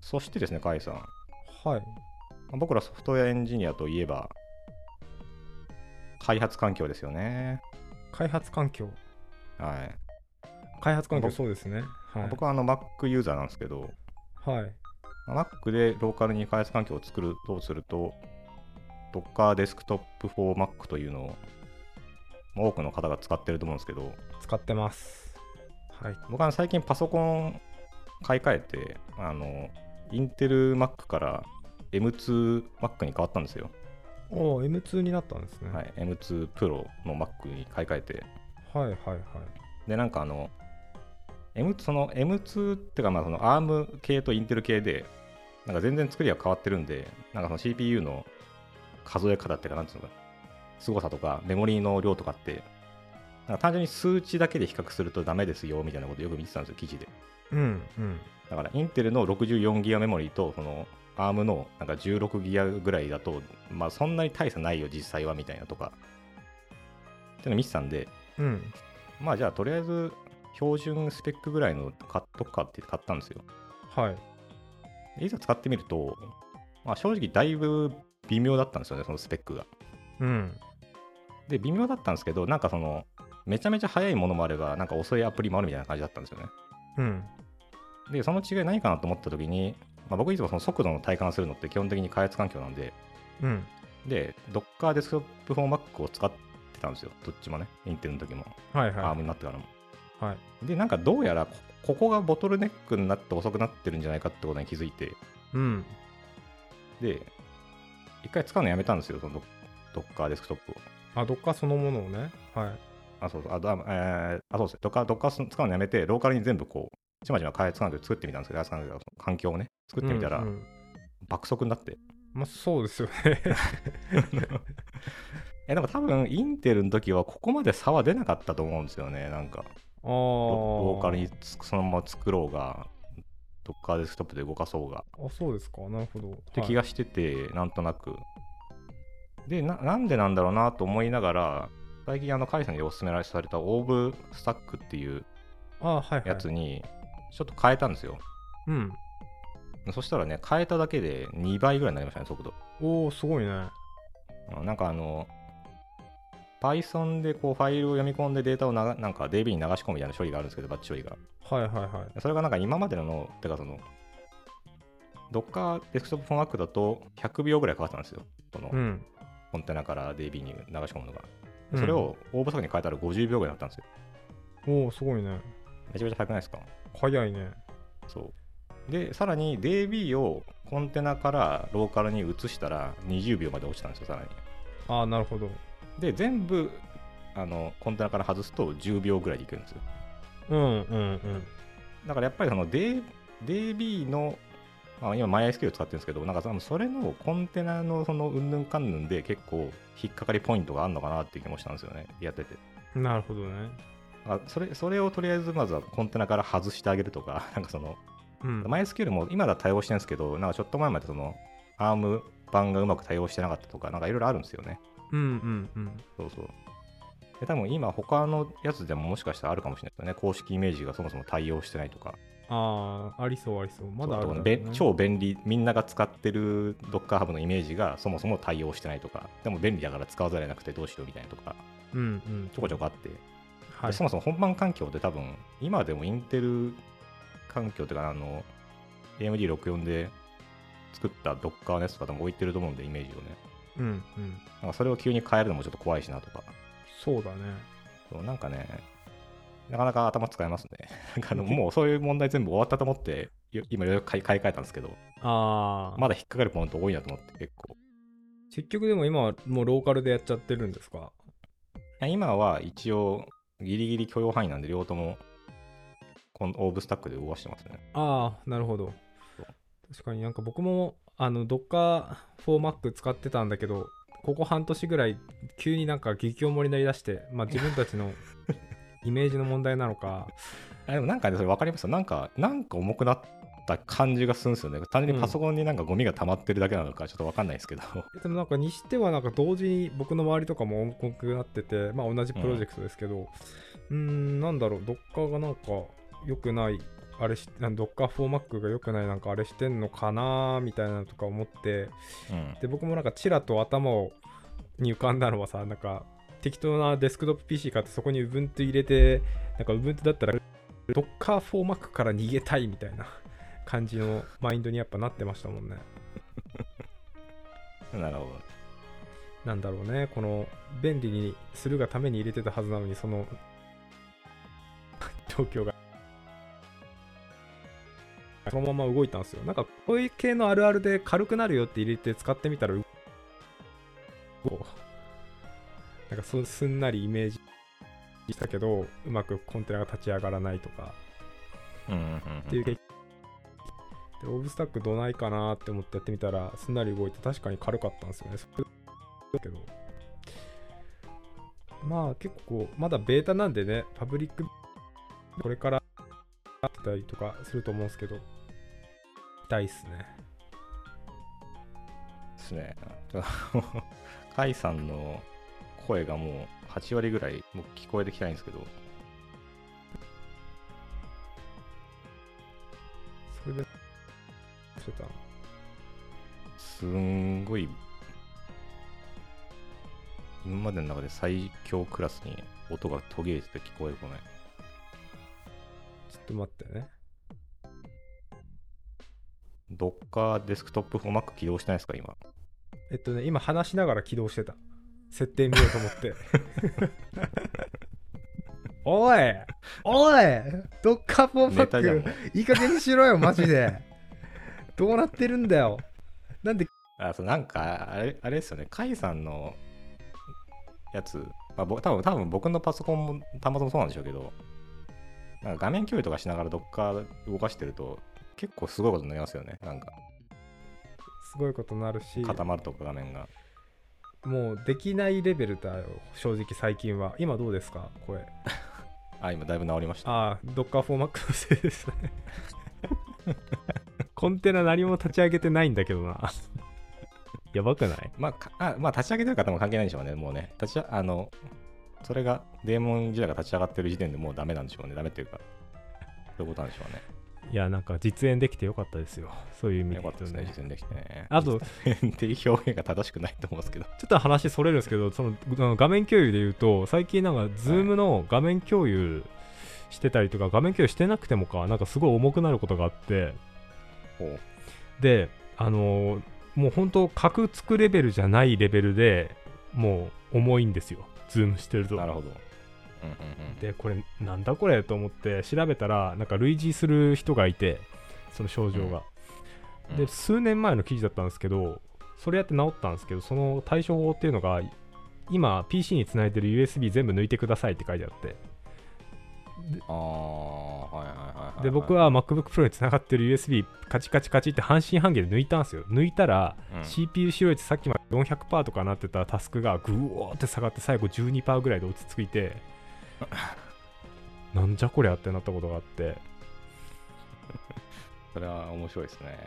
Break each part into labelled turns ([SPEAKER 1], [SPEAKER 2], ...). [SPEAKER 1] そしてですね、甲斐さん、
[SPEAKER 2] はい。
[SPEAKER 1] 僕らソフトウェアエンジニアといえば、開発環境ですよね。
[SPEAKER 2] 開発環境。
[SPEAKER 1] はい。
[SPEAKER 2] 開発環境、
[SPEAKER 1] 僕
[SPEAKER 2] そうですね。はい。
[SPEAKER 1] 僕はあの Mac ユーザーなんですけど、
[SPEAKER 2] はい。
[SPEAKER 1] まあ Mac でローカルに開発環境を作るとすると、Docker デスクトップ for Mac というのを、まあ多くの方が使ってると思うんですけど、
[SPEAKER 2] 使ってます。はい。
[SPEAKER 1] 僕は最近パソコン買い替えて、あの、インテル Mac から M2Mac に変わったんですよ。
[SPEAKER 2] おお、M2 になったんですね。
[SPEAKER 1] は。い、M2 Pro の Mac に買い替えて、
[SPEAKER 2] はいはいはい。
[SPEAKER 1] で、なんかあの、M、その M2 ってか、まあ、その ARM 系とインテル系で、なんか全然作りが変わってるんで、なんかその CPU の数え方っていうか、なんていうのか、凄さとか、メモリーの量とかって、なんか単純に数値だけで比較するとダメですよみたいなことよく見てたんですよ、記事で。
[SPEAKER 2] うんうん。
[SPEAKER 1] だから、インテルの 64GB メモリーと、その ARM のなんか 16GB ぐらいだと、まあ、そんなに大差ないよ、実際はみたいなとか。っていうの見てたんで、
[SPEAKER 2] うん。
[SPEAKER 1] まあじゃあとりあえず標準スペックぐらいの買っとくかって買ったんですよ。
[SPEAKER 2] はい。
[SPEAKER 1] いざ使ってみると、まあ、正直だいぶ微妙だったんですよね、そのスペックが。
[SPEAKER 2] うん。
[SPEAKER 1] で、微妙だったんですけど、なんかその、めちゃめちゃ速いものもあれば、なんか遅いアプリもあるみたいな感じだったんですよね。
[SPEAKER 2] うん。
[SPEAKER 1] で、その違い何かなと思った時に、まあ、僕いつもその速度の体感するのって基本的に開発環境なんで、
[SPEAKER 2] うん。
[SPEAKER 1] で、Docker デスクトップフォーマックを使ってたんですよ、どっちもね、インテルの時も、
[SPEAKER 2] はいはい。
[SPEAKER 1] ARM になってからも。
[SPEAKER 2] はい。
[SPEAKER 1] で、なんかどうやらこ、ここがボトルネックになって遅くなってるんじゃないかってことに気づいて、
[SPEAKER 2] うん。
[SPEAKER 1] で、一回使うのやめたんですよ、そのドッカーデスクトップを。
[SPEAKER 2] あ、どっかそのものをね。はい。
[SPEAKER 1] あ、そうそう、あ、だえーあそうですね、ドッカー、ドッカー使うのやめて、ローカルに全部こう、ちまちま開発環境作ってみたんですけど、開発環境環境をね、作ってみたら
[SPEAKER 2] うん、うん
[SPEAKER 1] 爆速になって。
[SPEAKER 2] まあ、そうですよね。
[SPEAKER 1] え、なんか多分、インテルの時は、ここまで差は出なかったと思うんですよね、なんか、
[SPEAKER 2] ああ。
[SPEAKER 1] ロ
[SPEAKER 2] ロ
[SPEAKER 1] ーカルにつそのまま作ろうが、ドッカーデスクトップで動かそうが、
[SPEAKER 2] あ、そうですか。なるほど。
[SPEAKER 1] って気がしてて、なんとなく。でな、なんでなんだろうなと思いながら、最近、あの、カイさんにお勧められされたオーブスタックっていう
[SPEAKER 2] はい、あ、はい、はい。
[SPEAKER 1] やつに、ちょっと変えたんですよ。
[SPEAKER 2] うん。
[SPEAKER 1] そしたらね、変えただけで2倍ぐらいになりましたね、速度。
[SPEAKER 2] おお、すごいね。
[SPEAKER 1] うんなんかあの、Python でこうファイルを読み込んでデータをななんか DB に流し込むみたいな処理があるんですけど、バッチ処理が。
[SPEAKER 2] はいはいはい。
[SPEAKER 1] それがなんか今までの、てかその、Docker デスクトップフォンワークだと100秒ぐらいかかってたんですよ。その
[SPEAKER 2] うん。
[SPEAKER 1] コンテナから DB に流し込むのが。
[SPEAKER 2] うん
[SPEAKER 1] それ。を応募作に変えたら50秒ぐらいだったんですよ。
[SPEAKER 2] おお、すごいね。
[SPEAKER 1] めちゃめちゃ早くないですか
[SPEAKER 2] 早いね。
[SPEAKER 1] そう。で、さらに DB をコンテナからローカルに移したら20秒まで落ちたんですよ、さらに。
[SPEAKER 2] ああ、なるほど。
[SPEAKER 1] で、全部あのコンテナから外すと10秒ぐらいでいけるんですよ。
[SPEAKER 2] うんうんうん。
[SPEAKER 1] だからやっぱりその D- DB の、まあ、今 MySQL を使ってるんですけど、なんかそのそれのコンテナのそのうんぬんかんぬんで結構引っかかりポイントがあるのかなっていう気もしたんですよね、やってて。
[SPEAKER 2] なるほどね。
[SPEAKER 1] あそれそれをとりあえずまずはコンテナから外してあげるとか、なんかその
[SPEAKER 2] うん。
[SPEAKER 1] MySQL も今だと対応してるんですけど、なんかちょっと前までその ARM 版がうまく対応してなかったとか、なんかいろいろあるんですよね。
[SPEAKER 2] うんうんうん。
[SPEAKER 1] そうそう。で多分今他のやつでももしかしたらあるかもしれないですよね。公式イメージがそもそも対応してないとか。
[SPEAKER 2] ああ、ありそうありそう。まだある
[SPEAKER 1] そう
[SPEAKER 2] だろう
[SPEAKER 1] べ
[SPEAKER 2] ね、
[SPEAKER 1] 超便利、みんなが使ってる Docker Hub のイメージがそもそも対応してないとか、でも便利だから使わざるを得なくてどうしようみたいなとか、
[SPEAKER 2] うんうん。
[SPEAKER 1] ちょこちょこあって。
[SPEAKER 2] はい
[SPEAKER 1] で。そもそも本番環境って多分、今でもインテル環境っていうか、あの、AMD64 で作った Docker のやつとか多分置いてると思うんで、イメージをね。
[SPEAKER 2] うんうん。
[SPEAKER 1] なんかそれを急に変えるのもちょっと怖いしなとか。
[SPEAKER 2] そうだね。
[SPEAKER 1] そうなんかね、なかなか頭使えますね。 なんかあのもうそういう問題全部終わったと思って、よ今ようやく買い買い替えたんですけど、
[SPEAKER 2] ああ。
[SPEAKER 1] まだ引っかかるポイント多いなと思って結構。
[SPEAKER 2] 結局でも今はもうローカルでやっちゃってるんですか
[SPEAKER 1] 今は一応、ギリギリ許容範囲なんで、両方とも、このオーブスタックで動かしてますね。
[SPEAKER 2] ああ、なるほど
[SPEAKER 1] そう。
[SPEAKER 2] 確かになんか僕も、あの、Docker for Mac 使ってたんだけど、ここ半年ぐらい、急になんか激おもりになりだして、まあ自分たち のイメージの問題なのか、
[SPEAKER 1] あでもなんかね、それ分かりますよ。なんか、なんか重くなった感じがするんですよね。単純にパソコンになんかゴミが溜まってるだけなのか、ちょっと分かんないですけど。
[SPEAKER 2] でもなんかにしてはなんか同時に僕の周りとかも重くなってて、まあ同じプロジェクトですけど、うーん、なんだろう、Docker がなんか良くないあれし、ドッカー 4Mac が良くないなんかあれしてんのかなーみたいなのとか思って、
[SPEAKER 1] うん。
[SPEAKER 2] で、僕もなんかちらと頭をに浮かんだのはさ、なんか適当なデスクトップ PC 買ってそこに Ubuntu 入れて、なんか Ubuntu だったらドッカー 4Mac から逃げたいみたいな感じのマインドにやっぱなってましたもんね。
[SPEAKER 1] なるほど。
[SPEAKER 2] なんだろうね、この便利にするがために入れてたはずなのに、その 状況が。そのまま動いたんですよ。なんか、こういう系のあるあるで軽くなるよって入れて使ってみたら、うこうなんかそ、すんなりイメージしたけど、うまくコンテナが立ち上がらないとか、
[SPEAKER 1] うんうん
[SPEAKER 2] っ
[SPEAKER 1] う
[SPEAKER 2] ていうん経験で、オブスタックどないかなって思ってやってみたら、すんなり動いて、確かに軽かったんですよね。それだけど。まあ結構、まだベータなんでね、パブリック、これから、あってたりとかすると思うんですけど、痛いっすね。
[SPEAKER 1] ですね。ちょっと カイさんの声がもう8割ぐらいもう聞こえてきたいんですけど、
[SPEAKER 2] それで、してた。
[SPEAKER 1] すんごい、今までの中で最強クラスに音が途切れてて聞こえてこない。
[SPEAKER 2] ちょっと待ってね。
[SPEAKER 1] どっかデスクトップ 4Mac 起動してないですか、 今。
[SPEAKER 2] えっとね、今話しながら起動してた。設定見ようと 思って。おいおいドッカーポーバ
[SPEAKER 1] ネタじゃん
[SPEAKER 2] ッ
[SPEAKER 1] も
[SPEAKER 2] ク
[SPEAKER 1] う。
[SPEAKER 2] いい加減にしろよ、マジで。どうなってるんだよ。なんで、
[SPEAKER 1] あ、そう、なんか、あれ、あれですよね、カイさんのやつ、まあ、僕、多分多分僕のパソコンも、端末もそうなんでしょうけど、なんか画面共有とかしながらどっか動かしてると、結構すごいことになりますよね。なんか、
[SPEAKER 2] すごいことになるし、
[SPEAKER 1] 固まるとか画面が。
[SPEAKER 2] もうできないレベルだよ、正直最近は。今どうですか、声。
[SPEAKER 1] あ、今だいぶ治りました。
[SPEAKER 2] ああ、ドッカーフォーマックのせいです ね。コンテナ何も立ち上げてないんだけどな。やばくない
[SPEAKER 1] まあ、かあまあ、立ち上げてる方も関係ないんでしょうね、もうね。立ちああの、それが、デーモン時代が立ち上がってる時点でもうダメなんでしょうね。ダメっていうか、そういうことなんでしょうね。
[SPEAKER 2] いや、なんか実演できてよかったですよ。そ ういう意味
[SPEAKER 1] よかったですね、
[SPEAKER 2] 言うと
[SPEAKER 1] 実践できてね。
[SPEAKER 2] あと、
[SPEAKER 1] っていう表現が正しくないと思うんですけど。
[SPEAKER 2] ちょっと話それるんですけど、そのあの画面共有で言うと、最近なんか、ズームの画面共有してたりとか、画面共有してなくてもか、なんかすごい重くなることがあって、
[SPEAKER 1] ほう
[SPEAKER 2] で、あのーもう本当、格つくレベルじゃないレベルでもう重いんですよ、ズームしてると
[SPEAKER 1] な。るほど。うんうんうん、
[SPEAKER 2] で、これ、なんだこれと思って調べたら、なんか類似する人がいて、その症状が。
[SPEAKER 1] うん
[SPEAKER 2] で、数年前の記事だったんですけど、それやって治ったんですけど、その対処法っていうのが、今、PC につないでる USB 全部抜いてくださいって書いてあって、
[SPEAKER 1] ああ、はいはいはいはい。
[SPEAKER 2] で、僕は MacBook Pro につながってる USB、カチカチカチって半信半疑で抜いたんですよ。抜いたら、
[SPEAKER 1] うん、
[SPEAKER 2] CPU 使用率さっきまで400%とかなってたタスクがぐおーって下がって最後12%ぐらいで落ち着 いてなんじゃこりゃってなったことがあって
[SPEAKER 1] それは面白いですね。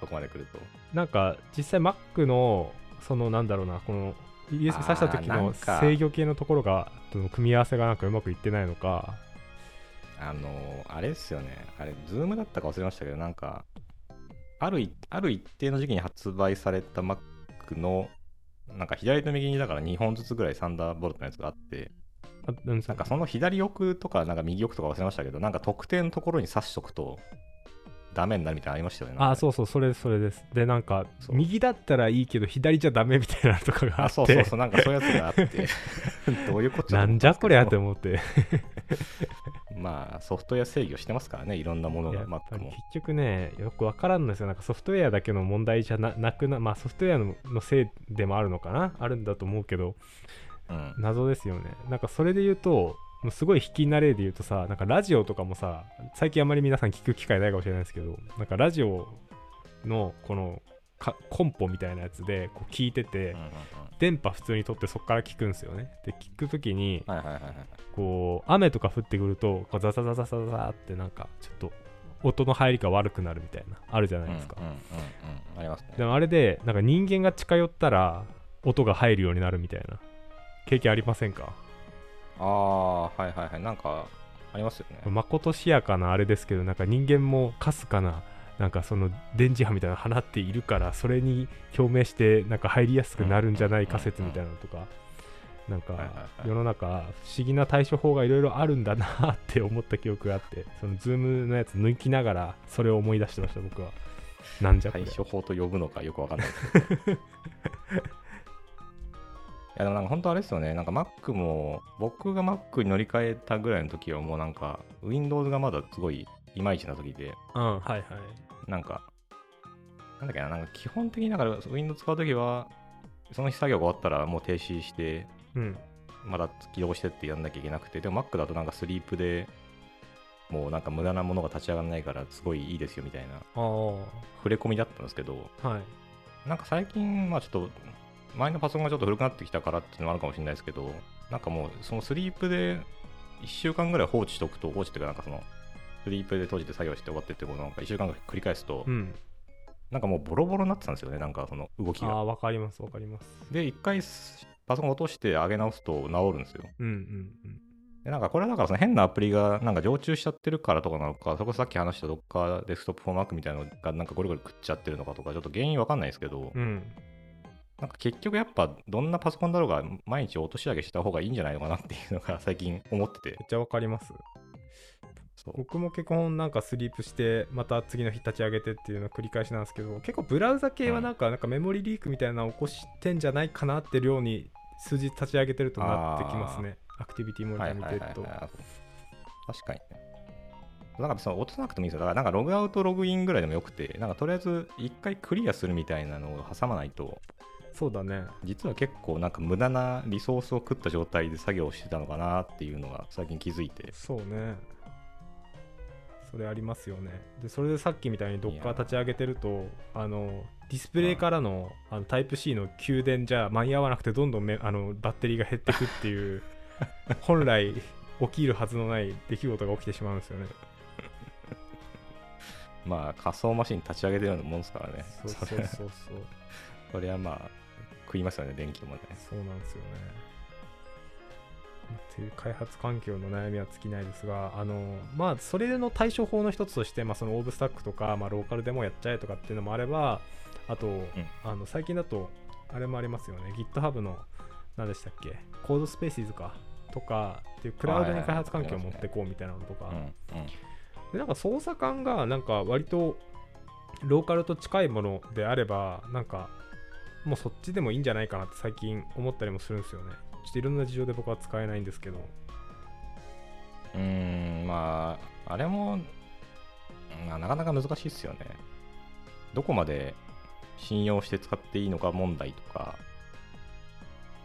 [SPEAKER 1] そこまで来ると。
[SPEAKER 2] なんか実際 Mac のそのなんだろうなこの USB 挿した時
[SPEAKER 1] あーな
[SPEAKER 2] の
[SPEAKER 1] んか
[SPEAKER 2] 制御系のところがその組み合わせがなんかうまくいってないのか
[SPEAKER 1] あのーあれですよね。あれ、ズームだったか忘れましたけど、なんか、あるいある一定の時期に発売された Mac の、なんか左と右にだから2本ずつぐらいサンダーボルトのやつがあって、
[SPEAKER 2] あなん
[SPEAKER 1] なんかその左奥とか、なんか右奥とか忘れましたけど、なんか特定のところに刺しとくと、ダメになるみたいなのありましたよね。なんかね
[SPEAKER 2] あそうそうそれそれですでなんか
[SPEAKER 1] そう
[SPEAKER 2] 右だったらいいけど左じゃダメみたいなのとかがあ
[SPEAKER 1] あ、
[SPEAKER 2] って
[SPEAKER 1] そうそうそう、なんかそういうやつがあ って、どういうこと
[SPEAKER 2] なんじゃこりゃって
[SPEAKER 1] も。
[SPEAKER 2] 思って
[SPEAKER 1] まあ、ソフトウェア制御してますからね、いろんなもの
[SPEAKER 2] いや
[SPEAKER 1] が、
[SPEAKER 2] やっぱ
[SPEAKER 1] Mac
[SPEAKER 2] り
[SPEAKER 1] も
[SPEAKER 2] 結。局ねよくわからんのですよなんかソフトウェアだけの問題じゃななくなまあソフトウェアののせいでもあるのかなあるんだと思うけど
[SPEAKER 1] うん。
[SPEAKER 2] 謎ですよねなんかそれで言うともうすごい引き慣れで言うとさなんかラジオとかもさ最近あんまり皆さん聞く機会ないかもしれないですけどなんかラジオのこのかコンポみたいなやつでこう聞いてて、
[SPEAKER 1] うんうんうん
[SPEAKER 2] 電波普通に取ってそこから聞くんですよねで聞くときに
[SPEAKER 1] はいはいはいはい。
[SPEAKER 2] こう雨とか降ってくるとこうザザザザザザってなんかちょっと音の入りが悪くなるみたいなあるじゃないですか、
[SPEAKER 1] うんうんうんうんありますね。
[SPEAKER 2] でもあれでなんか人間が近寄ったら音が入るようになるみたいな経験ありませんか
[SPEAKER 1] ああ、はいはいはい。なんか、あありますよね。
[SPEAKER 2] まことしやかなあれですけどなんか人間もかすかななんかその電磁波みたいなの放っているからそれに共鳴してなんか入りやすくなるんじゃない仮説みたいなのとかなん
[SPEAKER 1] はいはい
[SPEAKER 2] か
[SPEAKER 1] はい
[SPEAKER 2] 世の中不思議な対処法がいろいろあるんだなって思った記憶があってそのズームのやつ抜きながらそれを思い出してました僕はなんじゃこ
[SPEAKER 1] 対
[SPEAKER 2] れ
[SPEAKER 1] 処法と呼ぶのかよくわかん ないですけど。いやでもなんか本当あれですよね、なんか Mac も、僕が Mac に乗り換えたぐらいの時はもうなんか、Windows がまだすごいいまいちな時で、
[SPEAKER 2] うんはいはい
[SPEAKER 1] なんか、なんだっけな、なんか基本的にだから Windows 使う時は、その日作業が終わったらもう停止して、
[SPEAKER 2] うん
[SPEAKER 1] まだ起動してってやんなきゃいけなくて、でも Mac だとなんかスリープでもうなんか無駄なものが立ち上がらないから、すごいいいですよみたいな、
[SPEAKER 2] あ
[SPEAKER 1] 触れ込みだったんですけど、
[SPEAKER 2] あはい
[SPEAKER 1] なんか最近、まあちょっと、前のパソコンがちょっと古くなってきたからっていうのもあるかもしれないですけど、なんかもう、そのスリープで1週間ぐらい放置しておくと、放置っていうか、なんかその、スリープで閉じて作業して終わってってことをなんか1週間ぐらい繰り返すと、
[SPEAKER 2] うん
[SPEAKER 1] なんかもうボロボロになってたんですよね、なんかその動き
[SPEAKER 2] あ
[SPEAKER 1] が。
[SPEAKER 2] あわかりますわかります
[SPEAKER 1] で、1回すパソコン落として上げ直すと治るんですよ。
[SPEAKER 2] うんうん
[SPEAKER 1] で、なんかこれはだからその変なアプリがなんか常駐しちゃってるからとかなのか、それこそさっき話した Docker デスクトップフォーマークみたいなのがなんかゴリゴリ食っちゃってるのかとか、ちょっと原因わかんないですけど、
[SPEAKER 2] うんうん
[SPEAKER 1] なんか結局やっぱどんなパソコンだろうが毎日落とし上げした方がいいんじゃないのかなっていうのが最近思ってて
[SPEAKER 2] めっちゃわかります
[SPEAKER 1] そう
[SPEAKER 2] 僕も結婚なんかスリープしてまた次の日立ち上げてっていうのを繰り返しなんですけど結構ブラウザ系はなんか,、なんかメモリリークみたいなのを起こしてんじゃないかなって量に数字立ち上げてるとなってきますねアクティビティモニタ
[SPEAKER 1] はい
[SPEAKER 2] ー
[SPEAKER 1] はい
[SPEAKER 2] 見
[SPEAKER 1] は
[SPEAKER 2] て
[SPEAKER 1] い
[SPEAKER 2] る
[SPEAKER 1] はい
[SPEAKER 2] と
[SPEAKER 1] 確かにねなんかその落とさなくてもいいんですよだからなんかログアウトログインぐらいでもよくてなんかとりあえず一回クリアするみたいなのを挟まないと
[SPEAKER 2] そうだね
[SPEAKER 1] 実は結構なんか無駄なリソースを食った状態で作業をしてたのかなっていうのが最近気づいて
[SPEAKER 2] そうねそれありますよねでそれでさっきみたい
[SPEAKER 1] い
[SPEAKER 2] に
[SPEAKER 1] や
[SPEAKER 2] Docker
[SPEAKER 1] ー
[SPEAKER 2] 立ち上げてるとあのディスプレイからの,、あのタイプ C の給電じゃ間に合わなくてどんどんめあのバッテリーが減ってくっ ていう本来起きるはずのない出来事が起きてしまうんですよね
[SPEAKER 1] まあ仮想マシン立ち上げてるようなもんですからね
[SPEAKER 2] そうそうそうそう
[SPEAKER 1] それはまあ食いますよね電気もね
[SPEAKER 2] そうなんですよねっていう開発環境の悩みは尽きないですがあのまあそれの対処法の一つとして、まあ、そのオーブスタックとか、まあ、ローカルでもやっちゃえとかっていうのもあればあと、あの最近だとあれもありますよね GitHub の何でしたっけコードスペーシーズかとかっていうクラウドに開発環境を持ってこうみたいなのとか、
[SPEAKER 1] うんうん
[SPEAKER 2] でなんか操作感がなんか割とローカルと近いものであればなんかもうそっちでもいいんじゃないかなって最近思ったりもするんですよねちょっといろんな事情で僕は使えないんですけど
[SPEAKER 1] うーん、まあ、あれも、まあ、なかなか難しいですよね。どこまで信用して使っていいのか問題とか、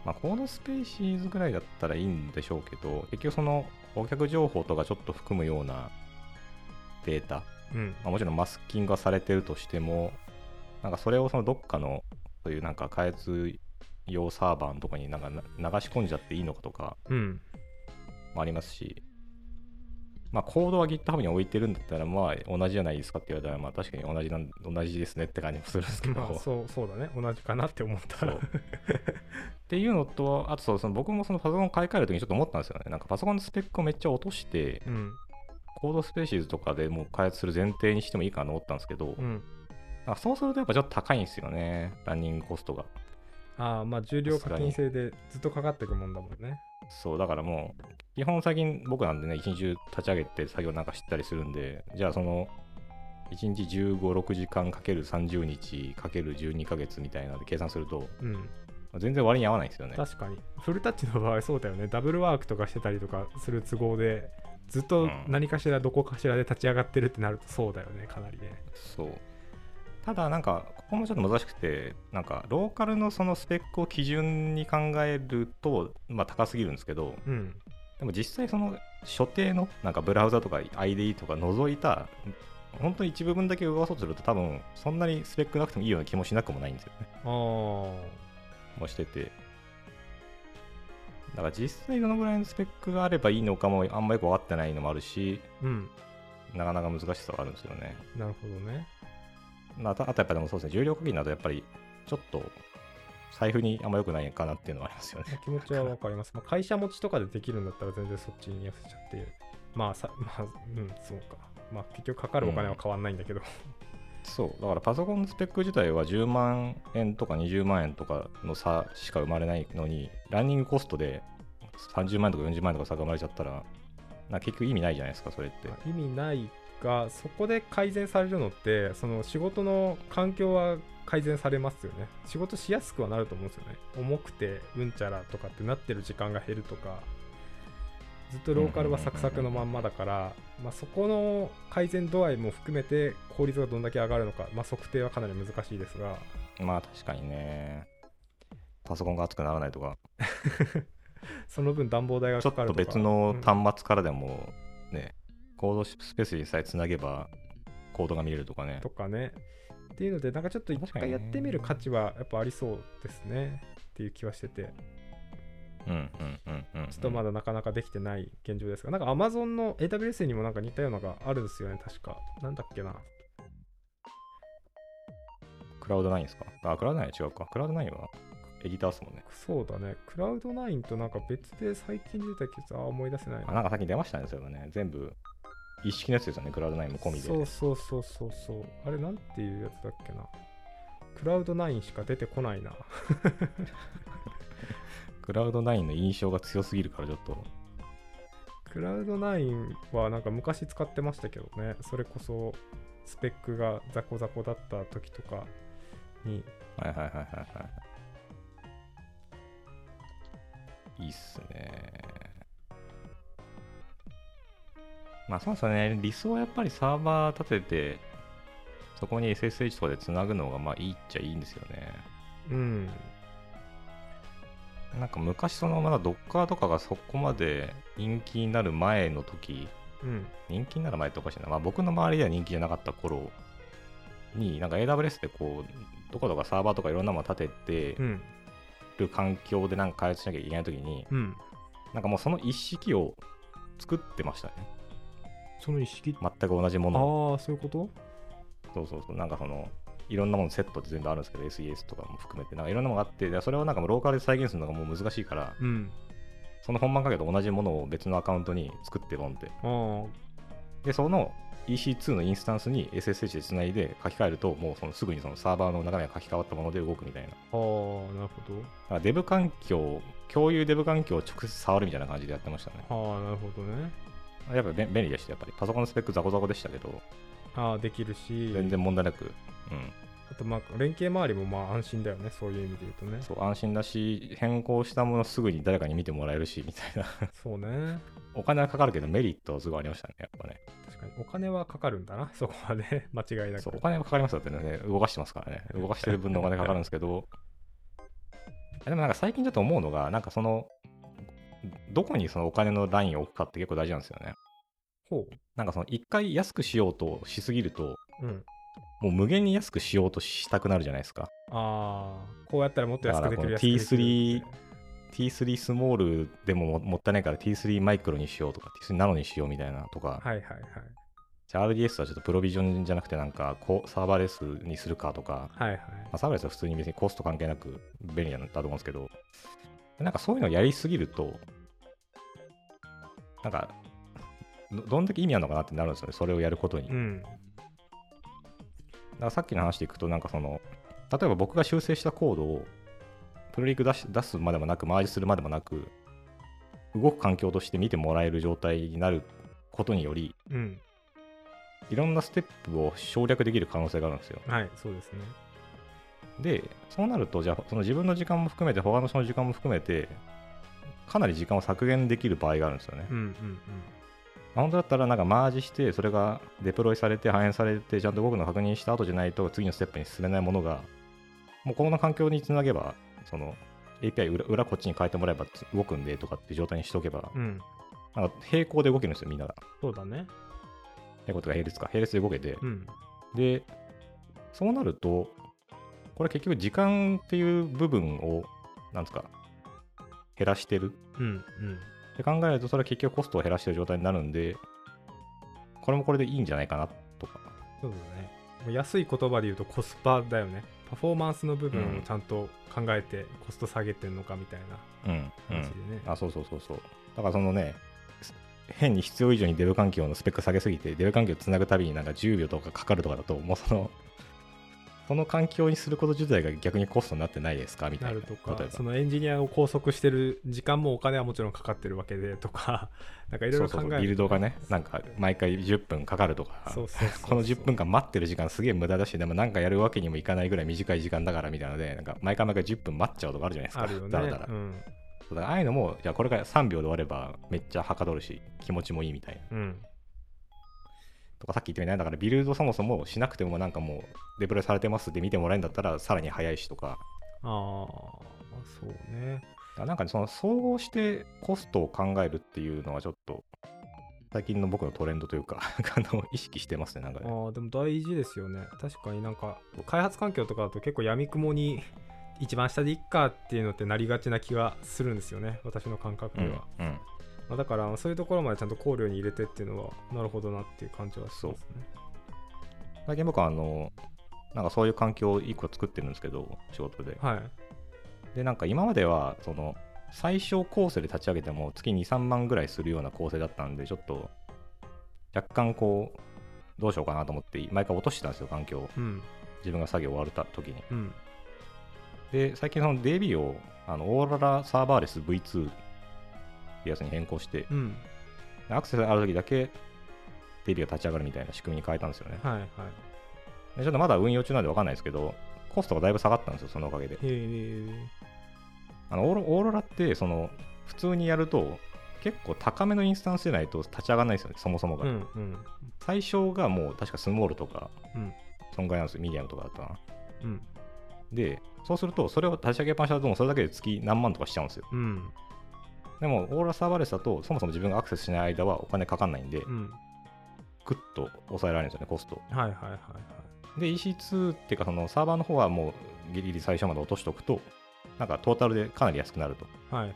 [SPEAKER 1] まあ、コードスペーシーズぐらいだったらいいんでしょうけど、結局その、顧客情報とかちょっと含むようなデータ、
[SPEAKER 2] うん
[SPEAKER 1] まあ、もちろんマスキングがされてるとしても、なんかそれをそのどっかの、そういうなんか開発用サーバーのとこになんかな流し込んじゃっていいのかとか、
[SPEAKER 2] うん
[SPEAKER 1] もありますし、まあ、コードは GitHub に置いてるんだったら、まあ、同じじゃないですかって言われたら、まあ、確かに同じなん同じですねって感じもするんですけど、
[SPEAKER 2] まあそうそうだね同じかなって思った
[SPEAKER 1] そうっていうのと、あとそうその僕もそのパソコン買い替えるときにちょっと思ったんですよね。なんかパソコンのスペックをめっちゃ落として、
[SPEAKER 2] うん
[SPEAKER 1] コードスペーシーズとかでもう開発する前提にしてもいいかなと思ったんですけど、
[SPEAKER 2] うん
[SPEAKER 1] なんかそうするとやっぱちょっと高いんですよね、ランニングコストが。
[SPEAKER 2] ああまあ重量課金制でずっとかかってくもんだもんね
[SPEAKER 1] そう、だからもう、基本最近僕なんでね、一日中立ち上げて作業なんかしたりするんで、じゃあその、1日15、6時間かける30日かける12ヶ月みたいなので計算すると、
[SPEAKER 2] うん
[SPEAKER 1] 全然割に合わないんですよね。
[SPEAKER 2] 確かにフルタッチの場合そうだよねダブルワークとかしてたりとかする都合でずっ
[SPEAKER 1] う
[SPEAKER 2] と
[SPEAKER 1] ん
[SPEAKER 2] 何かしらどこかしらで立ち上がってるってなるとそうだよねかなりね
[SPEAKER 1] そう。ただなんか、ここもちょっと難しくて、なんか、ローカルのそのスペックを基準に考えると、まあ高すぎるんですけど、
[SPEAKER 2] うん
[SPEAKER 1] でも実際その所定のなんかブラウザとか IDE とか除いた本当に一部分だけ動かそうとすると多分そんなにスペックなくてもいいような気もしなくもないんですよね。
[SPEAKER 2] ああ
[SPEAKER 1] もうしてて。だから実際どのぐらいのスペックがあればいいのかもあんまよく分かってないのもあるし
[SPEAKER 2] うん
[SPEAKER 1] なかなか難しさがあるんですよね。
[SPEAKER 2] なるほどね
[SPEAKER 1] まあ、あとあとやっぱでもそうですね重量課金だとやっぱりちょっと財布にあんま良くないかなっていうのはありますよね。
[SPEAKER 2] 気持ちはわかります、まあ、会社持ちとかでできるんだったら全然そっちに寄せちゃってまあさ、まあ、うん、そうか。まあ、結局かかるお金は変わんないんだけど。
[SPEAKER 1] そうだからパソコンのスペック自体は10万円とか20万円とかの差しか生まれないのにランニングコストで30万円とか40万円とか差が生まれちゃったらなんか結局意味ないじゃないですかそれって
[SPEAKER 2] 意味ないが、そこで改善されるのって、その仕事の環境は改善されますよね。仕事しやすくはなると思うんですよね。重くて、うんちゃらとかってなってる時間が減るとか、ずっとローカルはサクサクのまんまだから、まあ、そこの改善度合いも含めて効率がどんだけ上がるのか、まあ、測定はかなり難しいですが、
[SPEAKER 1] まあ確かにねパソコンが熱くならないとか
[SPEAKER 2] その分暖房代が
[SPEAKER 1] ちょ
[SPEAKER 2] か
[SPEAKER 1] っ
[SPEAKER 2] かる
[SPEAKER 1] と
[SPEAKER 2] とか
[SPEAKER 1] 別の端末からでもね、コードスペースにさえつなげばコードが見れるとかね
[SPEAKER 2] とかね。っていうので、なんかちょっと一
[SPEAKER 1] 確か
[SPEAKER 2] 回
[SPEAKER 1] に
[SPEAKER 2] や
[SPEAKER 1] ね
[SPEAKER 2] ってみる価値はやっぱありそうですね。っていう気はしてて、
[SPEAKER 1] うんうんうんうんうん
[SPEAKER 2] ちょっとまだなかなかできてない現状ですが、なんか Amazon の AWS にもなんか似たようなのがあるんですよね、確か。なんだっけな。
[SPEAKER 1] クラウド9ですかあクラウド9違うかクラウド9はエディターですもんね
[SPEAKER 2] そうだね、クラウド9となんか別で最近出たけど、あー思い出せない
[SPEAKER 1] あ
[SPEAKER 2] な。
[SPEAKER 1] なんかさっき出ましたねそれはね全部一式のやつですよねクラウド9も込みで
[SPEAKER 2] そうそうそうそうそう。あれなんていうやつだっけな。クラウド9しか出てこない な。
[SPEAKER 1] クラウド9の印象が強すぎるからちょっと
[SPEAKER 2] クラウド9はなんか昔使ってましたけどね、それこそスペックがザコザコだった時とかに、
[SPEAKER 1] はいはいはいはいはいいいっすねまあそうですね理想はやっぱりサーバー立ててそこに SSH とかでつなぐのがまあいいっちゃいいんですよね
[SPEAKER 2] うん、
[SPEAKER 1] なんか昔そのまだ Docker とかがそこまで人気になる前の時
[SPEAKER 2] うん、
[SPEAKER 1] 人気になる前っておかしいな、まあ、僕の周りでは人気じゃなかった頃になんか AWS でこうどこどこサーバーとかいろんなもの立てて
[SPEAKER 2] うん、
[SPEAKER 1] る環境でなんか開発しなきゃいけない時に
[SPEAKER 2] うん。
[SPEAKER 1] なんかもうその一式を作ってましたね
[SPEAKER 2] その意識
[SPEAKER 1] 全く同じも
[SPEAKER 2] ああ
[SPEAKER 1] のを
[SPEAKER 2] ー、そういうこと
[SPEAKER 1] そうそうそうなんかそのいろんなものセットって全部あるんですけど SES とかも含めてなんかいろんなものがあってでそれをなんかもうローカルで再現するのがもう難しいから
[SPEAKER 2] うん。
[SPEAKER 1] その本番かけと同じものを別のアカウントに作ってボンって
[SPEAKER 2] ああ、
[SPEAKER 1] で、その EC2 のインスタンスに SSH でつないで書き換えると、もうそのすぐにそのサーバーの中身が書き換わったもので動くみたいな。だ
[SPEAKER 2] ああ、なるほど。
[SPEAKER 1] からデブ環境、共有デブ環境を直接触るみたいな感じでやってましたね。
[SPEAKER 2] ああ、なるほどね。
[SPEAKER 1] やっぱ便便利でした、やっぱり。パソコンのスペックザコザコでしたけど、
[SPEAKER 2] ああ、できるし、
[SPEAKER 1] 全然問題なく、うん、
[SPEAKER 2] あと、まあ、連携周りもまあ安心だよね、そういう意味で言う とね。
[SPEAKER 1] そう安心だし、変更したものすぐに誰かに見てもらえるし、みたいな。
[SPEAKER 2] そうね。
[SPEAKER 1] お金はかかるけど、メリットはすごいありましたね、やっぱね。
[SPEAKER 2] 確かに、お金はかかるんだな、 そこはね、間違いなく。
[SPEAKER 1] そうお金はかかりますよってね、動かしてますから ね、動かしてる分のお金かかるんですけど、でもなんか最近ちょっと思うのが、なんかその、どこにそのお金のラインを置くかって結構大事なんですよね。
[SPEAKER 2] ほ
[SPEAKER 1] なんかその、一回安くしようとしすぎると、
[SPEAKER 2] う。うん。
[SPEAKER 1] もう無限に安くしようとしたくなるじゃないですか。
[SPEAKER 2] ああ、こうやったらもっと安くできる
[SPEAKER 1] だ
[SPEAKER 2] や
[SPEAKER 1] から
[SPEAKER 2] つ
[SPEAKER 1] この T3 T3 スモールでもももったいないから T3 マイクロにしようとか、T3 ナノにしようみたいなとか、
[SPEAKER 2] はいはいはい。
[SPEAKER 1] じゃあ RDS はちょっとプロビジョンじゃなくて、なんかこうサーバーレスにするかとか、
[SPEAKER 2] はいはい。
[SPEAKER 1] まあ、サーバレスは普通に別にコスト関係なく便利なんだと思うんですけど、なんかそういうのをやりすぎると、なんか、どどんだけ意味あるのかなってなるんですよね、それをやることに。
[SPEAKER 2] う
[SPEAKER 1] だ
[SPEAKER 2] ん。
[SPEAKER 1] からさっきの話でいくと、なんかその、例えば僕が修正したコードを、プロリーク出し出すまでもなく、マージするまでもなく、動く環境として見てもらえる状態になることにより、
[SPEAKER 2] うん。
[SPEAKER 1] いろんなステップを省略できる可能性があるんですよ。
[SPEAKER 2] はい、そうですね。
[SPEAKER 1] で、そうなると、じゃあ、その自分の時間も含めて、他の人の時間も含めて、かなり時間を削減できる場合があるんですよね。
[SPEAKER 2] うんうん
[SPEAKER 1] まあ本当だったら、なんかマージして、それがデプロイされて、反映されて、ちゃんと動くのを確認した後じゃないと、次のステップに進めないものが、もうこの環境につなげば、その API 裏裏こっちに変えてもらえばつ動くんでとかっていう状態にしておけば
[SPEAKER 2] う、ん。うん。
[SPEAKER 1] なんか平行で動けるんですよ、みんなが。
[SPEAKER 2] そうだね。
[SPEAKER 1] 平行とか並列か、並列で動けて。
[SPEAKER 2] うん。
[SPEAKER 1] で、そうなると、これ結局時間っていう部分を、なんですか、減らしてる
[SPEAKER 2] うん
[SPEAKER 1] って考えると、それは結局コストを減らしてる状態になるんで、これもこれでいいんじゃないかなとか。
[SPEAKER 2] そうだね。もう安い言葉で言うとコスパだよね。パフォーマンスの部分をちゃんと考えてコスト下げてんのかみたいな
[SPEAKER 1] うん、う
[SPEAKER 2] 感じで
[SPEAKER 1] ん。
[SPEAKER 2] ね。
[SPEAKER 1] あ、そうそうそうそう。だからそのね、変に必要以上にデブ環境のスペック下げすぎて、デブ環境つなぐたびになんか10秒とかかかるとかだと、もうその、その環境にすること自体が逆にコストになってないですかみた
[SPEAKER 2] ない
[SPEAKER 1] な。
[SPEAKER 2] るとか
[SPEAKER 1] 例えば
[SPEAKER 2] そのエンジニアを拘束してる時間もお金はもちろんかかってるわけでとか なんかいろい
[SPEAKER 1] そう
[SPEAKER 2] ろ
[SPEAKER 1] そ
[SPEAKER 2] 考
[SPEAKER 1] う
[SPEAKER 2] え
[SPEAKER 1] そう
[SPEAKER 2] る
[SPEAKER 1] ビルドがね、なんか毎回10分かかるとか、
[SPEAKER 2] そうそうそう
[SPEAKER 1] この10分間待ってる時間すげえ無駄だし、でもなんかやるわけにもいかないぐらい短い時間だからみたいなので、なんか毎回毎回10分待っちゃうとかあるじゃないですか、
[SPEAKER 2] あるよね
[SPEAKER 1] だらだら。
[SPEAKER 2] うん
[SPEAKER 1] だからああいうのも、じゃあこれから3秒で終わればめっちゃはかどるし、気持ちもいいみたいな。
[SPEAKER 2] うん
[SPEAKER 1] とかさっき言ったようにね、だからビルドそもそもしなくてもなんかもうデプロイされてますって見てもらえるんだったらさらに早いしとか、
[SPEAKER 2] ああそう
[SPEAKER 1] だ
[SPEAKER 2] ね
[SPEAKER 1] からなんかね、その総合してコストを考えるっていうのはちょっと、最近の僕のトレンドというか、 あの意識してますね、なんか
[SPEAKER 2] あ
[SPEAKER 1] ね。
[SPEAKER 2] ーでも大事ですよね確かになんか開発環境とかだと結構やみくもに一番下でいっかっていうのってなりがちな気がするんですよね私の感
[SPEAKER 1] う
[SPEAKER 2] 覚では、
[SPEAKER 1] ん、うん。
[SPEAKER 2] まあ、だからそういうところまでちゃんと考慮に入れてっていうのはなるほどなっていう感じはしますね
[SPEAKER 1] 最近僕はあの、なんかそういう環境を一個作ってるんですけど、仕事で。
[SPEAKER 2] はい
[SPEAKER 1] で、なんか今までは、その、最小構成で立ち上げても月2、3万ぐらいするような構成だったんで、ちょっと、若干こう、どうしようかなと思って、毎回落としてたんですよ、環境を。
[SPEAKER 2] うん
[SPEAKER 1] 自分が作業終わった時に。
[SPEAKER 2] うん
[SPEAKER 1] で、最近その DB を、あの、オーロラサーバーレス V2 ってやつに変更して、
[SPEAKER 2] うん
[SPEAKER 1] アクセスある時だけ DB が立ち上がるみたいな仕組みに変えたんですよね。
[SPEAKER 2] はいはい
[SPEAKER 1] でちょっとまだ運用中なんで分かんないですけど、コストがだいぶ下がったんですよ、そのおかげで。
[SPEAKER 2] へえ
[SPEAKER 1] あのオーロオーロラって、その、普通にやると、結構高めのインスタンスでないと立ち上がらないんですよね、そもそも
[SPEAKER 2] う
[SPEAKER 1] が。
[SPEAKER 2] んうん
[SPEAKER 1] 最小がもう、確かスモールとか、
[SPEAKER 2] うん
[SPEAKER 1] そんぐらいなんですよ、ミディアムとかだったな。
[SPEAKER 2] うん
[SPEAKER 1] で、そうすると、それを立ち上げっぱなしだと、もうそれだけで月何万とかしちゃうんですよ。
[SPEAKER 2] うん
[SPEAKER 1] でも、オーロラサーバーレスだと、そもそも自分がアクセスしない間はお金かかんないんで、
[SPEAKER 2] うん
[SPEAKER 1] ぐっと抑えられるんですよね、コスト。
[SPEAKER 2] はいはいはいはい
[SPEAKER 1] で、EC2 っていうか、そのサーバーの方はもうギリギリ最初まで落としておくと、なんかトータルでかなり安くなると。
[SPEAKER 2] はいはい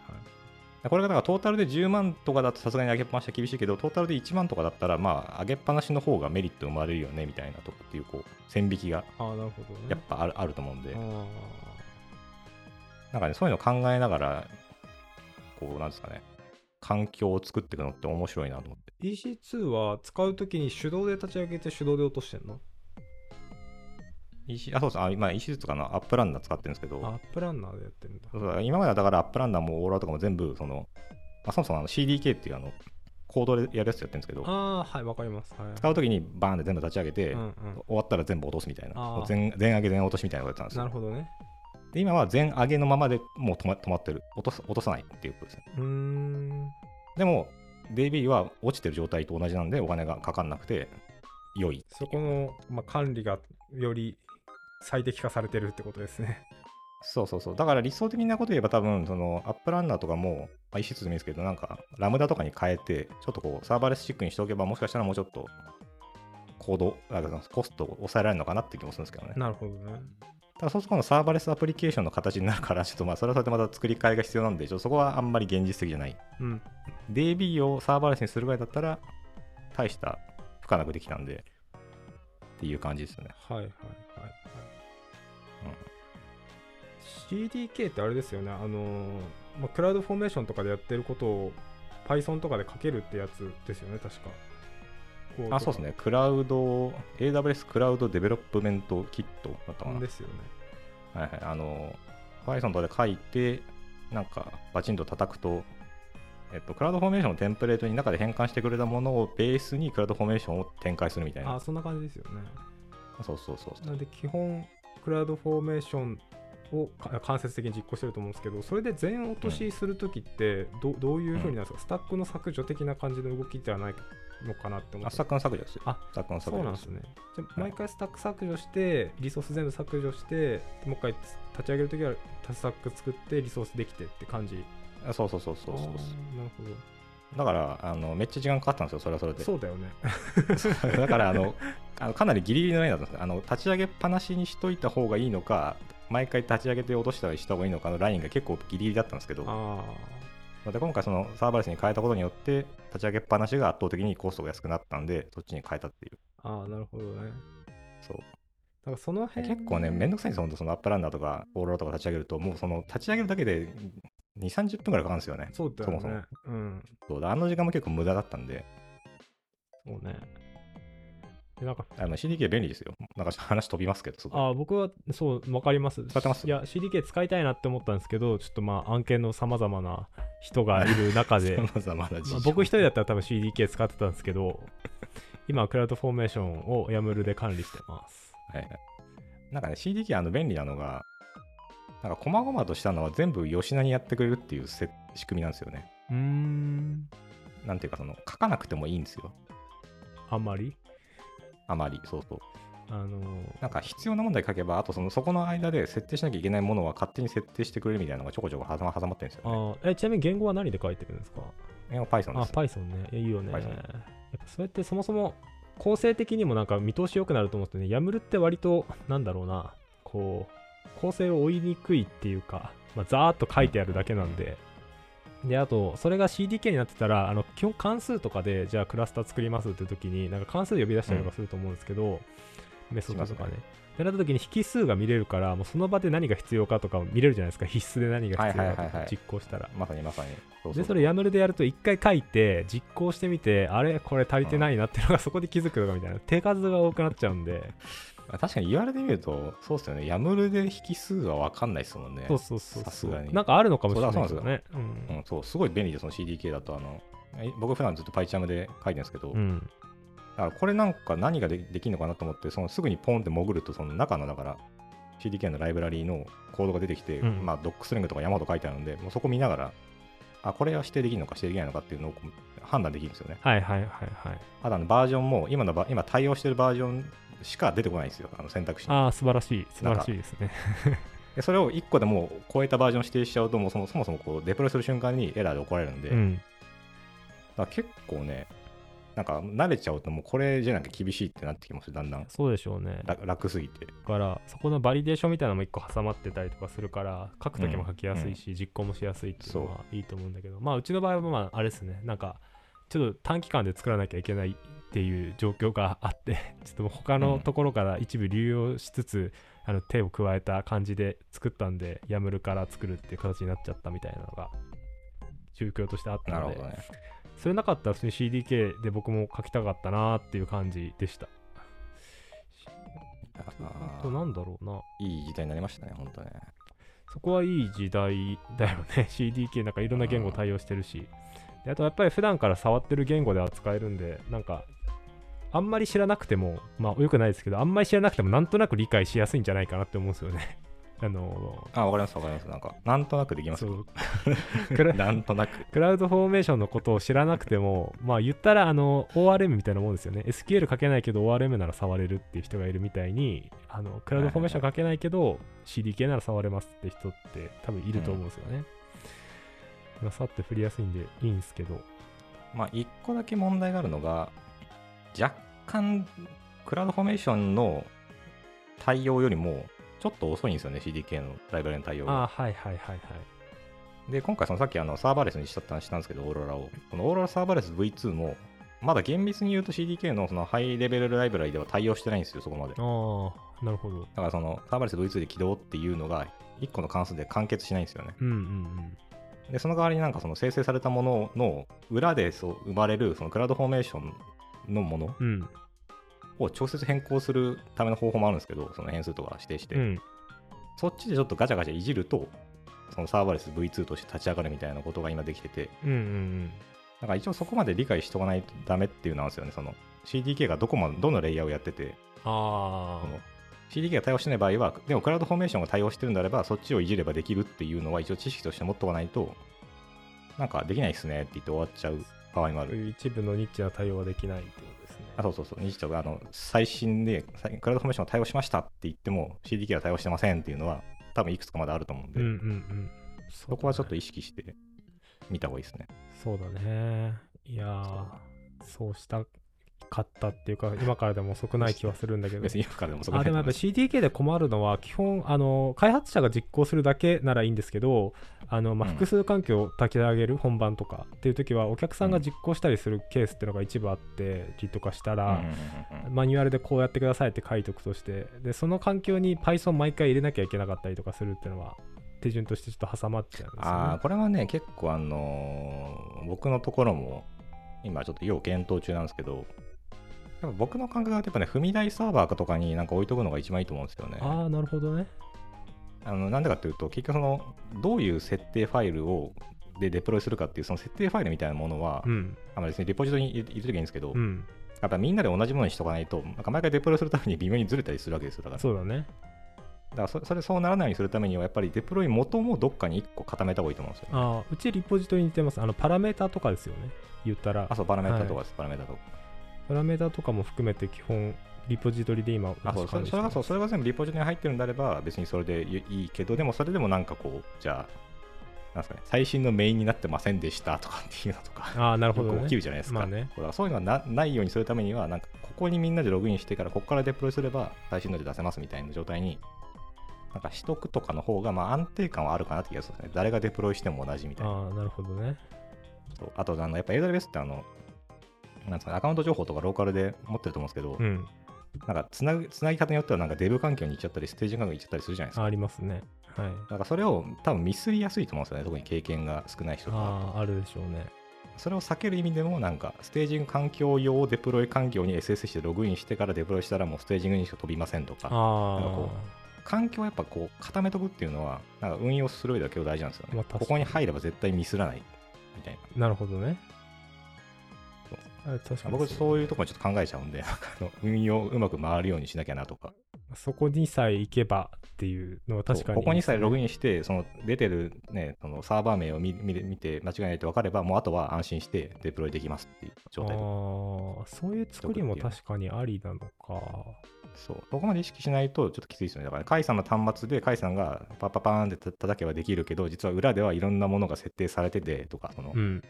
[SPEAKER 1] これがなんかトータルで10万とかだとさすがに上げっぱなしは厳しいけど、トータルで1万とかだったら、まあ、上げっぱなしの方がメリット生まれるよねみたいなとかっていう、こう、線引きが
[SPEAKER 2] ああなるほどね
[SPEAKER 1] やっぱある,、あると思うんで、
[SPEAKER 2] あ
[SPEAKER 1] なんかね、そういうの考えながら、こう、なんですかね、環境を作っていくのって面白いなと思って。
[SPEAKER 2] ー EC2 は使うときに手動で立ち上げて手動で落としてんの
[SPEAKER 1] EC、あ、そうです、あ今、EC とかのアップランナー使ってるんですけど、
[SPEAKER 2] あアップランナーでやってんだ
[SPEAKER 1] そうそう今まではだからアップランナーもオーロラとかも全部、その、まあ、そもそもあの CDK っていうあの、コードでやるやつやってるんですけど、
[SPEAKER 2] ああーはいわかりますはい
[SPEAKER 1] 使うときにバーンって全部立ち上げて、
[SPEAKER 2] うんうん
[SPEAKER 1] 終わったら全部落とすみたいな、
[SPEAKER 2] あー
[SPEAKER 1] もう全全上げ全落としみたいなことやってたんですよ
[SPEAKER 2] なるほどね
[SPEAKER 1] で今は全上げのままでもう止ま止まってる落とす、落とさないっていうことですね。
[SPEAKER 2] うーん
[SPEAKER 1] でも、DB は落ちてる状態と同じなんで、お金がかかんなくて、良い。
[SPEAKER 2] そこの、まあ、管理がより最適化されてるってことですね。
[SPEAKER 1] そうそうそう。だから理想的なこと言えば、多分そのアップランナーとかも、まあ、一室でもいいですけど、なんか、ラムダとかに変えて、ちょっとこう、サーバーレスチックにしておけば、もしかしたらもうちょっと、行動、あのコストを抑えられるのかなって気もするんですけどね。
[SPEAKER 2] なるほどね。
[SPEAKER 1] ただそうすると今度サーバーレスアプリケーションの形になるから、ちょっとまあそれはそれでまた作り替えが必要なんで、ちょっとそこはあんまり現実的じゃない。
[SPEAKER 2] うん。
[SPEAKER 1] DB をサーバーレスにするぐらいだったら、大した負荷なくできたんで、っていう感じですね。
[SPEAKER 2] はいはいはい、はい CDK ってあれですよね。あのーまあ、クラウドフォーメーションとかでやってることを Python とかで書けるってやつですよね、確か。こ
[SPEAKER 1] あ、そうです。ね。クラウド、AWS クラウドデベロップメントキットだったかな。
[SPEAKER 2] ですよね。
[SPEAKER 1] はいはい。あの、Python とかで書いて、なんか、バチンと叩くと、えっと、クラウドフォーメーションのテンプレートに中で変換してくれたものをベースにクラウドフォーメーションを展開するみたい
[SPEAKER 2] あ、
[SPEAKER 1] な。
[SPEAKER 2] そんな感じですよね。
[SPEAKER 1] そうそうそうそ
[SPEAKER 2] な
[SPEAKER 1] う。
[SPEAKER 2] ので、基本、クラウドフォーメーションをか間接的に実行してると思うんですけど、それで全落としするときってど、どういうふうになるんですか、スタックの削除的な感じの動きではないのかなって思
[SPEAKER 1] あ、
[SPEAKER 2] っ
[SPEAKER 1] ス
[SPEAKER 2] て
[SPEAKER 1] タックの削除ですよ。
[SPEAKER 2] あ、
[SPEAKER 1] スタックの削
[SPEAKER 2] そう
[SPEAKER 1] 除
[SPEAKER 2] なん
[SPEAKER 1] で。
[SPEAKER 2] ですすね。じゃあ
[SPEAKER 1] はい
[SPEAKER 2] 毎回スタック削除して、リソース全部削除して、もう一回立ち上げるときは、スタック作って、リソースできてって感じ。
[SPEAKER 1] あそうそうそうそうそう
[SPEAKER 2] あーなるほ
[SPEAKER 1] だからあの、めっちゃ時間かかったんですよ、それはそれ
[SPEAKER 2] ど。
[SPEAKER 1] で。
[SPEAKER 2] そうだよね。
[SPEAKER 1] だからあのあの、かなりギリギリのラインだったんですあの立ち上げっぱなしにしといた方がいいのか、毎回立ち上げて落としたりした方がいいのかのラインが結構ギリギリだったんですけど、
[SPEAKER 2] あ
[SPEAKER 1] また今回、そのサーバーレスに変えたことによって、立ち上げっぱなしが圧倒的にコストが安くなったんで、そっちに変えたっていう。
[SPEAKER 2] ーあー、なるほどね。
[SPEAKER 1] そう
[SPEAKER 2] だからその辺
[SPEAKER 1] 結構ね、めんどくさいんですよ、本当そのアップランナーとかオーロラとか立ち上げると、もうその立ち上げるだけで2、30分ぐらいかかるんですよね。
[SPEAKER 2] そうだよね。
[SPEAKER 1] そも
[SPEAKER 2] うん。
[SPEAKER 1] そうであの時間も結構無駄だったんで、
[SPEAKER 2] そうね。でなんか、
[SPEAKER 1] あの CDK 便利ですよ。なんか話飛びますけど、すごい。
[SPEAKER 2] あ僕はそう、わかります。
[SPEAKER 1] 使ってます
[SPEAKER 2] いや、CDK 使いたいなって思ったんですけど、ちょっとまあ、案件のさまざまな人がいる 中で、
[SPEAKER 1] 様々な事
[SPEAKER 2] ま
[SPEAKER 1] 情
[SPEAKER 2] あ僕一人だったら多分 CDK 使ってたんですけど、今はクラウドフォーメーションを YAML で管理してます。
[SPEAKER 1] はい、なんかね、CDK あの便利なのが、なんか、細々としたのは全部吉菜にやってくれるっていうせ仕組みなんですよね。
[SPEAKER 2] うーん、
[SPEAKER 1] なんていうか、その、書かなくてもいいんですよ。
[SPEAKER 2] あんまり
[SPEAKER 1] あまり、そうそう。
[SPEAKER 2] あの
[SPEAKER 1] なんか、必要な問題書けば、あと、その、そこの間で設定しなきゃいけないものは勝手に設定してくれるみたいなのがちょこちょこ挟ま挟まってるんですよね。
[SPEAKER 2] あえちなみに言語は何で書いてるんですか
[SPEAKER 1] 英語 Python
[SPEAKER 2] あ、
[SPEAKER 1] です。
[SPEAKER 2] Python ね。いやいいよね。やっ
[SPEAKER 1] Python
[SPEAKER 2] ぱそうやってそもそも構成的にもなんか見通し良くなると思うんですよね。YAML って割と、なんだろうな、こう、構成を追いにくいっていうか、まあ、ざーっと書いてあるだけなんで。で、あと、それが CDK になってたら、あの基本関数とかで、じゃあクラスター作りますって時に、なんか関数呼び出したりとかすると思うんですけど、メソッドとかね
[SPEAKER 1] します。
[SPEAKER 2] ってなった時に引数が見れるから、もうその場で何が必要かとか見れるじゃないですか、必須で何が必要か
[SPEAKER 1] はい
[SPEAKER 2] と
[SPEAKER 1] はいはい
[SPEAKER 2] か
[SPEAKER 1] はい
[SPEAKER 2] 実行したら。
[SPEAKER 1] まさにまさに。そうそう
[SPEAKER 2] でそれ YAML でやると一回書いて実行してみてあれこれ足りてないなってのがそこで気づくとかみたいな手数が多くなっちゃうんで
[SPEAKER 1] あ確かに言われてみると、そうっすよね。YAML で引数は分かんないですもんね。
[SPEAKER 2] そうそうそう
[SPEAKER 1] さす
[SPEAKER 2] そ
[SPEAKER 1] が
[SPEAKER 2] う
[SPEAKER 1] に
[SPEAKER 2] なんかあるのかもしれないです
[SPEAKER 1] そう
[SPEAKER 2] よ
[SPEAKER 1] だそう
[SPEAKER 2] ねう
[SPEAKER 1] うんん、そう、すごい便利で、その CDK だと、あの、え僕普段ずっと PyCharm で書いてるんですけど、
[SPEAKER 2] うん
[SPEAKER 1] だからこれなんか何がでできるのかなと思って、そのすぐにポンって潜ると、その中のだから、CDK のライブラリーのコードが出てきて、
[SPEAKER 2] うん
[SPEAKER 1] まあ、ドックスリングとか山ほど書いてあるんで、もうそこ見ながら、あ、これは指定できるのか指定できないのかっていうのをこう判断できるんですよね。
[SPEAKER 2] はいはいはいはい
[SPEAKER 1] あとあのバージョンも、今のば今対応してるバージョンしか出てこないんですよ、あの選択肢に。
[SPEAKER 2] ああ素晴らしい素晴らしいですね
[SPEAKER 1] でそれを1個でもう超えたバージョン指定しちゃうと、もうそもそもそもこうデプロイする瞬間にエラーで怒られるんで、
[SPEAKER 2] うん
[SPEAKER 1] だから結構ね、なんか慣れちゃうと、もうこれじゃなきゃ厳しいってなってきますよだんだん。
[SPEAKER 2] そうでしょうねだ
[SPEAKER 1] ら楽すぎて。
[SPEAKER 2] からそこのバリデーションみたいなのも一個挟まってたりとかするから書くときも書きやすいし、実行もしやすいっていうのはいいと思うんだけどまあうちの場合はまああれですねなんかちょっと短期間で作らなきゃいけないっていう状況があって ちょっともう他のところから一部流用しつつ、あの手を加えた感じで作ったんでヤムルから作るっていう形になっちゃったみたいなのが状況としてあった
[SPEAKER 1] なる
[SPEAKER 2] の
[SPEAKER 1] ほ
[SPEAKER 2] で、
[SPEAKER 1] どね。
[SPEAKER 2] それなかったら普通に CDK で僕も書きたかったなーっていう感じでしたあとなんだろうない
[SPEAKER 1] い時代になりましたね、本当ね。
[SPEAKER 2] そこはいい時代だよね。CDK なんかいろんな言語対応してるし。であとやっぱり普段から触ってる言語で扱えるんで、なんか、あんまり知らなくても、まあよくないですけど、あんまり知らなくてもなんとなく理解しやすいんじゃないかなって思うんですよね。 あの、
[SPEAKER 1] あ、わかります、わかります。なんか、なんとなくできます
[SPEAKER 2] そ
[SPEAKER 1] よ。
[SPEAKER 2] うクラ
[SPEAKER 1] なんとなく。
[SPEAKER 2] クラウドフォーメーションのことを知らなくても、まあ言ったらあの ORM みたいなもんですよね。SQL 書けないけど ORM なら触れるっていう人がいるみたいに、あのクラウドフォーメーション書けないけど CDK なら触れますって人って多分いると思うんですよね。まあさって振りやすいんでいいんですけど。
[SPEAKER 1] まあ、一個だけ問題があるのが、若干、クラウドフォーメーションの対応よりも、ちょっと遅いんですよね、CDK のライブラリの対応
[SPEAKER 2] あ
[SPEAKER 1] が。
[SPEAKER 2] あ、はいはいはいはい。
[SPEAKER 1] で、今回、そのさっきあのサーバーレスにしたって話したんですけど、オーロラを。このオーロラサーバーレス V2 も、まだ厳密に言うと CDK のそのハイレベルライブラリでは対応してないんですよ、そこまで。だ
[SPEAKER 2] ああ、なるほど。
[SPEAKER 1] から、そのサーバーレス V2 で起動っていうのが、一個の関数で完結しないんですよね。
[SPEAKER 2] うんうん
[SPEAKER 1] でその代わりになんかその生成されたものの裏でそう生まれるそのクラウドフォーメーションのもの
[SPEAKER 2] うん。うん。
[SPEAKER 1] を直接変更するための方法もあるんですけどその変数とか指定して、
[SPEAKER 2] うん、
[SPEAKER 1] そっちでちょっとガチャガチャいじるとそのサーバーレス V2 として立ち上がるみたいなことが今できてて
[SPEAKER 2] うんうんうん。
[SPEAKER 1] だから一応そこまで理解しとかないとダメっていうのなんですよねその CDK がどこまどのレイヤーをやってて
[SPEAKER 2] あ
[SPEAKER 1] その CDK が対応してない場合はでもクラウドフォーメーションが対応してるんであればそっちをいじればできるっていうのは一応知識として持っとかないとなんかできないっすねって言って終わっちゃう場合もあ
[SPEAKER 2] あ。
[SPEAKER 1] る
[SPEAKER 2] という一部のニッチな対応はできないってことですね。
[SPEAKER 1] あそうそうそう、日があの最新で最クラウドフォーメーションを対応しましたって言っても CDK は対応してませんっていうのは多分いくつかまだあると思うんで、
[SPEAKER 2] うんうんうん。そ
[SPEAKER 1] そこはちょっと意識して見た方がいいですね。
[SPEAKER 2] そうだね。いやー、そうしたかったっていうか、今からでも遅くない気はするんだけど
[SPEAKER 1] 別。に今からでもそこ
[SPEAKER 2] あでもやっぱ CDK で困るのは、基本あの、開発者が実行するだけならいいんですけど、あのまあ、
[SPEAKER 1] うん
[SPEAKER 2] 複数環境を炊き上げる本番とかっていう時は、お客さんが実行したりするケースっていうのが一部あって、リとかしたら、
[SPEAKER 1] うんうんうんうん
[SPEAKER 2] マニュアルでこうやってくださいって書いておくとしてでその環境に Python 毎回入れなきゃいけなかったりとかするっていうのは手順としてちょっと挟まっちゃうんですよ、ね。
[SPEAKER 1] ああ、これはね、結構あのー僕のところも、今ちょっと要検討中なんですけど、やっぱ僕の感覚はやっぱね、踏み台サーバーとかになんか置いとくのが一番いいと思うんですよね。
[SPEAKER 2] あーなるほどね。
[SPEAKER 1] あのなんでかっていうと、結局その、どういう設定ファイルをでデプロイするかっていう、その設定ファイルみたいなものは、
[SPEAKER 2] うん。
[SPEAKER 1] あの別にリポジトリに入れ入れときゃいいんですけど、
[SPEAKER 2] うん。
[SPEAKER 1] やっぱみんなで同じものにしとかないと、なんか毎回デプロイするために微妙にずれたりするわけですよ。だから、
[SPEAKER 2] そうだね。
[SPEAKER 1] だからそそれそうならないようにするためには、やっぱりデプロイ元もどっかに1個固めた方がいいと思うんですよね。
[SPEAKER 2] あーうちリポジトリに似てます。あの、パラメータとかですよね。言ったら
[SPEAKER 1] あ、、そう、パラメータとかです、パラメータとか。
[SPEAKER 2] パラメータとかも含めて基本、リポジトリで今、
[SPEAKER 1] あそうそれそれがそう、それが全部リポジトリに入ってるんであれば、別にそれでいいいけど、でもそれでもなんかこう、じゃあ、なんですかね、最新のメインになってませんでしたとかっていうのとか、
[SPEAKER 2] ああ、なるほ
[SPEAKER 1] 結
[SPEAKER 2] ど、
[SPEAKER 1] 構
[SPEAKER 2] ね。
[SPEAKER 1] 起きるじゃないですか。
[SPEAKER 2] まあね
[SPEAKER 1] だからそういうのがなないようにするためには、なんかここにみんなでログインしてから、ここからデプロイすれば最新ので出せますみたいな状態に、なんかしとくとかの方が、まあ安定感はあるかなって気がするんですね。誰がデプロイしても同じみたいな。
[SPEAKER 2] ああ、なるほどね。
[SPEAKER 1] そうあと、あのやっぱ AWS ってあの、なんですかね、アカウント情報とかローカルで持ってると思うんですけど、
[SPEAKER 2] うん。
[SPEAKER 1] なんかつなぐつなぎ方によってはなんかデブ環境に行っちゃったりステージ環境に行っちゃったりするじゃないです
[SPEAKER 2] あ
[SPEAKER 1] か。
[SPEAKER 2] ありますね。はい。
[SPEAKER 1] なんかそれを多分ミスりやすいと思うんですよね、特に経験が少ない人とか。
[SPEAKER 2] ああ、あるでしょうね。
[SPEAKER 1] それを避ける意味でも、なんかステージング環境用デプロイ環境に SSH でログインしてからデプロイしたらもうステージングにしか飛びませんとか、なんか
[SPEAKER 2] あ
[SPEAKER 1] こ環境をやっぱこう固めとくっていうのは、なんか運用する上では結構大事なんですよね。
[SPEAKER 2] まあ確かに
[SPEAKER 1] ここに入れば絶対ミスらないみたいな。
[SPEAKER 2] あ、なるほどね
[SPEAKER 1] そう。
[SPEAKER 2] あ確かに
[SPEAKER 1] 僕、そう
[SPEAKER 2] う
[SPEAKER 1] いうところちょっと考えちゃうんで、 なんかあの運用うまく回るようにしなきゃなとか。
[SPEAKER 2] そこにさえ行けばっていうのは確かに、
[SPEAKER 1] ここにさえログ
[SPEAKER 2] ン
[SPEAKER 1] インして、その出てる、ね、そのサーバー名を見見見て間違いないと分かれば、もうあとは安心してデプロイできますっていう状態
[SPEAKER 2] あ
[SPEAKER 1] で
[SPEAKER 2] あそういう作りも確かにありなのか
[SPEAKER 1] そうそこまで意識しないとちょっときついですよね。だから、甲斐さんの端末で甲斐さんがパッパパーンってた叩けばできるけど、実は裏ではいろんなものが設定されててとか、その
[SPEAKER 2] うん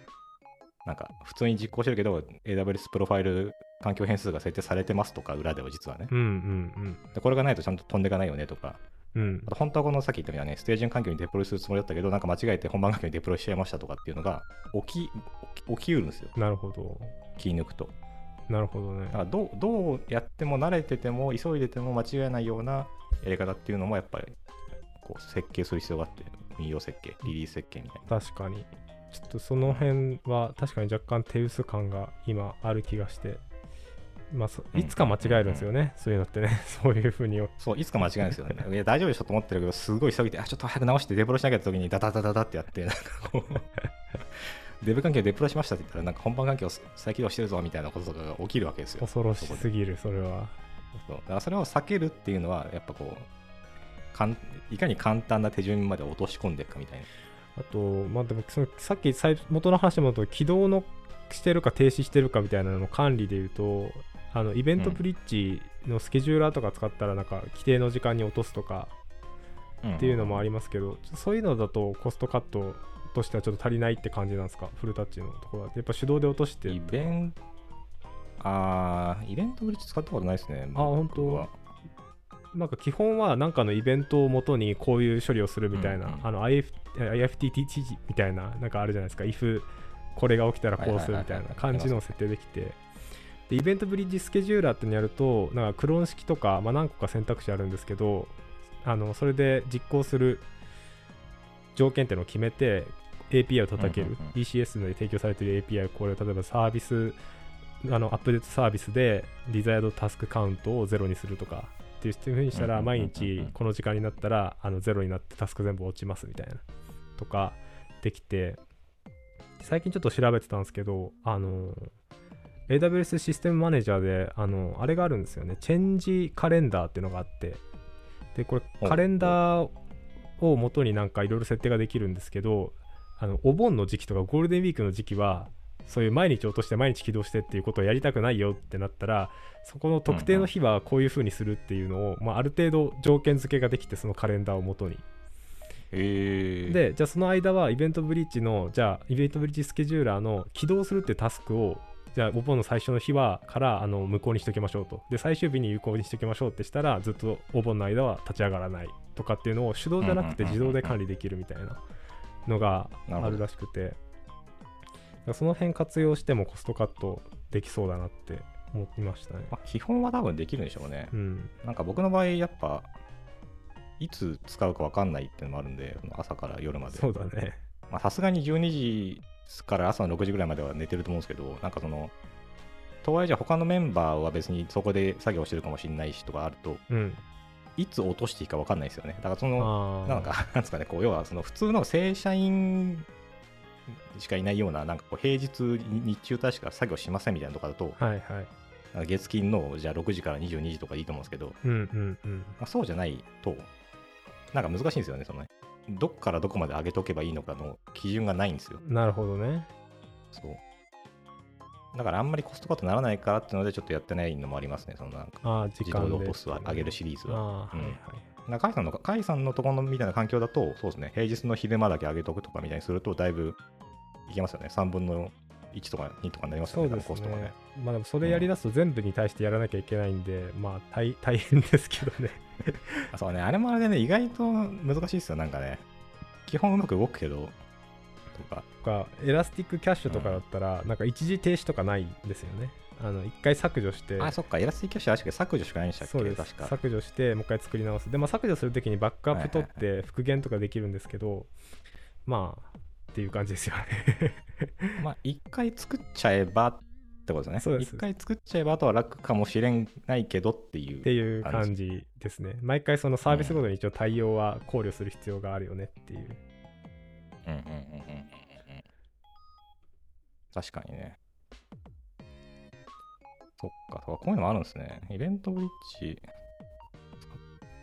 [SPEAKER 1] なんか普通に実行してるけど、AWS プロファイル環境変数が設定されてますとか、裏では実はね。
[SPEAKER 2] うんうん
[SPEAKER 1] でこれがないとちゃんと飛んでいかないよねとか、
[SPEAKER 2] うんうん
[SPEAKER 1] あと本当はこのさっき言ったようなね、ステージング環境にデプロイするつもりだったけど、なんか間違えて本番環境にデプロイしちゃいましたとかっていうのが起き、起き起きうるんですよ。
[SPEAKER 2] なるほど
[SPEAKER 1] 気抜くと。
[SPEAKER 2] なるほどね
[SPEAKER 1] だからどう、どうやっても慣れてても、急いでても間違えないようなやり方っていうのも、やっぱり、こう、設計する必要があって、運用設計、リリース設計みたいな。
[SPEAKER 2] 確かにちょっとその辺は確かに若干手薄感が今ある気がしてまあそいつか間違えるんですよね、そういうのってね そういうふうに
[SPEAKER 1] そう、いつか間違えるんですよね。いや、大丈夫でしょと思ってるけど、すごい急ぎで、あ、ちょっと早く直してデプロイしなきゃって時に、ダダダダダってやって、なんかこう、 デブ環境デプロイしましたって言ったら、なんか本番環境再起動してるぞみたいなこととかが起きるわけですよ。
[SPEAKER 2] 恐ろしすぎるそれは
[SPEAKER 1] そうだからそれを避けるっていうのはやっぱこうかんいかに簡単な手順まで落とし込んでいくかみたいな
[SPEAKER 2] あと、まあ、でもそのさっき最元の話に戻ると起動のしてるか停止してるかみたいなのの管理でいうとあのイベント
[SPEAKER 1] うん
[SPEAKER 2] ブリッジのスケジューラーとか使ったらなんか規定の時間に落とすとかっていうのもありますけど、ちょそういうのだとコストカットとしてはちょっと足りないって感じなんですかフルタッチのところはやっぱ手動で落として
[SPEAKER 1] イベントあーイベントブリッジ使ったことないですね
[SPEAKER 2] あ本当
[SPEAKER 1] 僕は
[SPEAKER 2] なんか基本はなんかのイベントをもとにこういう処理をするみたいな、
[SPEAKER 1] うんうん
[SPEAKER 2] あの IF IFTTT みたいななんかあるじゃないですか if これが起きたらこうするみたいな感じの設定できてでイベントブリッジスケジューラーってのやるとなんかクローン式とか、まあ、何個か選択肢あるんですけどあのそれで実行する条件っていうのを決めて API を叩ける、
[SPEAKER 1] うんうんうん
[SPEAKER 2] ECS で提供されてる API これを例えばサービスあのアップデートサービスでデザイアドタスクカウントをゼロにするとかっていうふうにした
[SPEAKER 1] う
[SPEAKER 2] ら
[SPEAKER 1] んうんうんうん
[SPEAKER 2] 毎
[SPEAKER 1] うん
[SPEAKER 2] 日この時間になったらあのゼロになってタスク全部落ちますみたいなとかできて最近ちょっと調べてたんですけどあの AWS システムマネージャーであのあれがあるんですよねチェンジカレンダーっていうのがあってでこれ
[SPEAKER 1] お
[SPEAKER 2] カレンダーを元になんかいろいろ設定ができるんですけどあのお盆の時期とかゴールデンウィークの時期はそういう毎日落として毎日起動してっていうことをやりたくないよってなったらそこの特定の日はこういう風にするっていうのを、まあ、ある程度条件付けができてそのカレンダーを元に
[SPEAKER 1] へえ
[SPEAKER 2] でじゃあその間はイベントブリッジのじゃあイベントブリッジスケジューラーの起動するってタスクをじゃあお盆の最初の日はからあの無効にしときましょうとで最終日に有効にしときましょうってしたらずっとお盆の間は立ち上がらないとかっていうのを手動じゃなくて
[SPEAKER 1] うんうんうんうん
[SPEAKER 2] 自動で管理できるみたいなのが
[SPEAKER 1] なるほ
[SPEAKER 2] あ
[SPEAKER 1] ど
[SPEAKER 2] るらしくてだからその辺活用してもコストカットできそうだなって思いましたね
[SPEAKER 1] まあ、基本は多分できるんでしょうね
[SPEAKER 2] うん
[SPEAKER 1] なんか僕の場合やっぱいつ使うか分かんないっていうのもあるんで、その朝から夜まで。
[SPEAKER 2] そうだね。
[SPEAKER 1] まあさすがに12時から朝の6時ぐらいまでは寝てると思うんですけど、なんかその、とはいえじゃあ他のメンバーは別にそこで作業してるかもしれないしとかあると、
[SPEAKER 2] うん。
[SPEAKER 1] いつ落としていいか分かんないですよね。だからその、
[SPEAKER 2] あ
[SPEAKER 1] なん
[SPEAKER 2] あ。
[SPEAKER 1] か、 なんですかね、こう要はその普通の正社員しかいないような、なんかこう平日に、日中帯しか作業しませんみたいなとかだと、
[SPEAKER 2] はいはい。
[SPEAKER 1] あの月金のじゃあ6時から22時とかでいいと思うんですけど、
[SPEAKER 2] うんうんうん。
[SPEAKER 1] まあ、そうじゃないと、なんか難しいんですよね、そのね。どっからどこまで上げとけばいいのかの基準がないんですよ。
[SPEAKER 2] なるほどね。
[SPEAKER 1] そう。だからあんまりコストカットならないからっていうので、ちょっとやってないのもありますね、そのなんか。
[SPEAKER 2] ああ、
[SPEAKER 1] 自
[SPEAKER 2] 時
[SPEAKER 1] 動
[SPEAKER 2] 間
[SPEAKER 1] で
[SPEAKER 2] で。
[SPEAKER 1] 落とすは上げるシリーズは。
[SPEAKER 2] ああ、
[SPEAKER 1] うん
[SPEAKER 2] はいはい。
[SPEAKER 1] なんか甲斐さんの、甲斐さんのところみたいな環境だと、そうですね、平日の昼間だけ上げとくとかみたいにすると、だいぶいけますよね。3分の1とか2とかになりますよ
[SPEAKER 2] そ
[SPEAKER 1] ね、
[SPEAKER 2] うです
[SPEAKER 1] 多分コストがね
[SPEAKER 2] ね。。まあでもそれやりだすと全部に対してやらなきゃいけないんで、まあ大 大変ですけどね。
[SPEAKER 1] あそうね、あれもあれでね、意外と難しいですよ、なんかね。基本うまく動くけど、とか、
[SPEAKER 2] とか、エラスティックキャッシュとかだったら、なんか一時停止とかないんですよね。あの、一回削除して。
[SPEAKER 1] あ、そっか、エラスティックキャッシュ、確かに削除しかないんでしたっ
[SPEAKER 2] そう
[SPEAKER 1] け、
[SPEAKER 2] です
[SPEAKER 1] 確か。
[SPEAKER 2] 削除してもう一回作り直すで、まあ、削除するときにバックアップ取っ
[SPEAKER 1] はいは
[SPEAKER 2] て復元とかできるんですけど、まあっていう感じですよね
[SPEAKER 1] まあ、一回作っちゃえばってことです
[SPEAKER 2] そう
[SPEAKER 1] ね。
[SPEAKER 2] で
[SPEAKER 1] 一
[SPEAKER 2] す
[SPEAKER 1] 回作っちゃえば、あとは楽かもしれないけどっていう。
[SPEAKER 2] っていう感じですね毎回そのサービスごとに一応対応は考慮する必要があるよねっていう、
[SPEAKER 1] うんうんうんうんうんうん確かにね。そっか、そうか、こういうのもあるんですね。イベントブリッジ、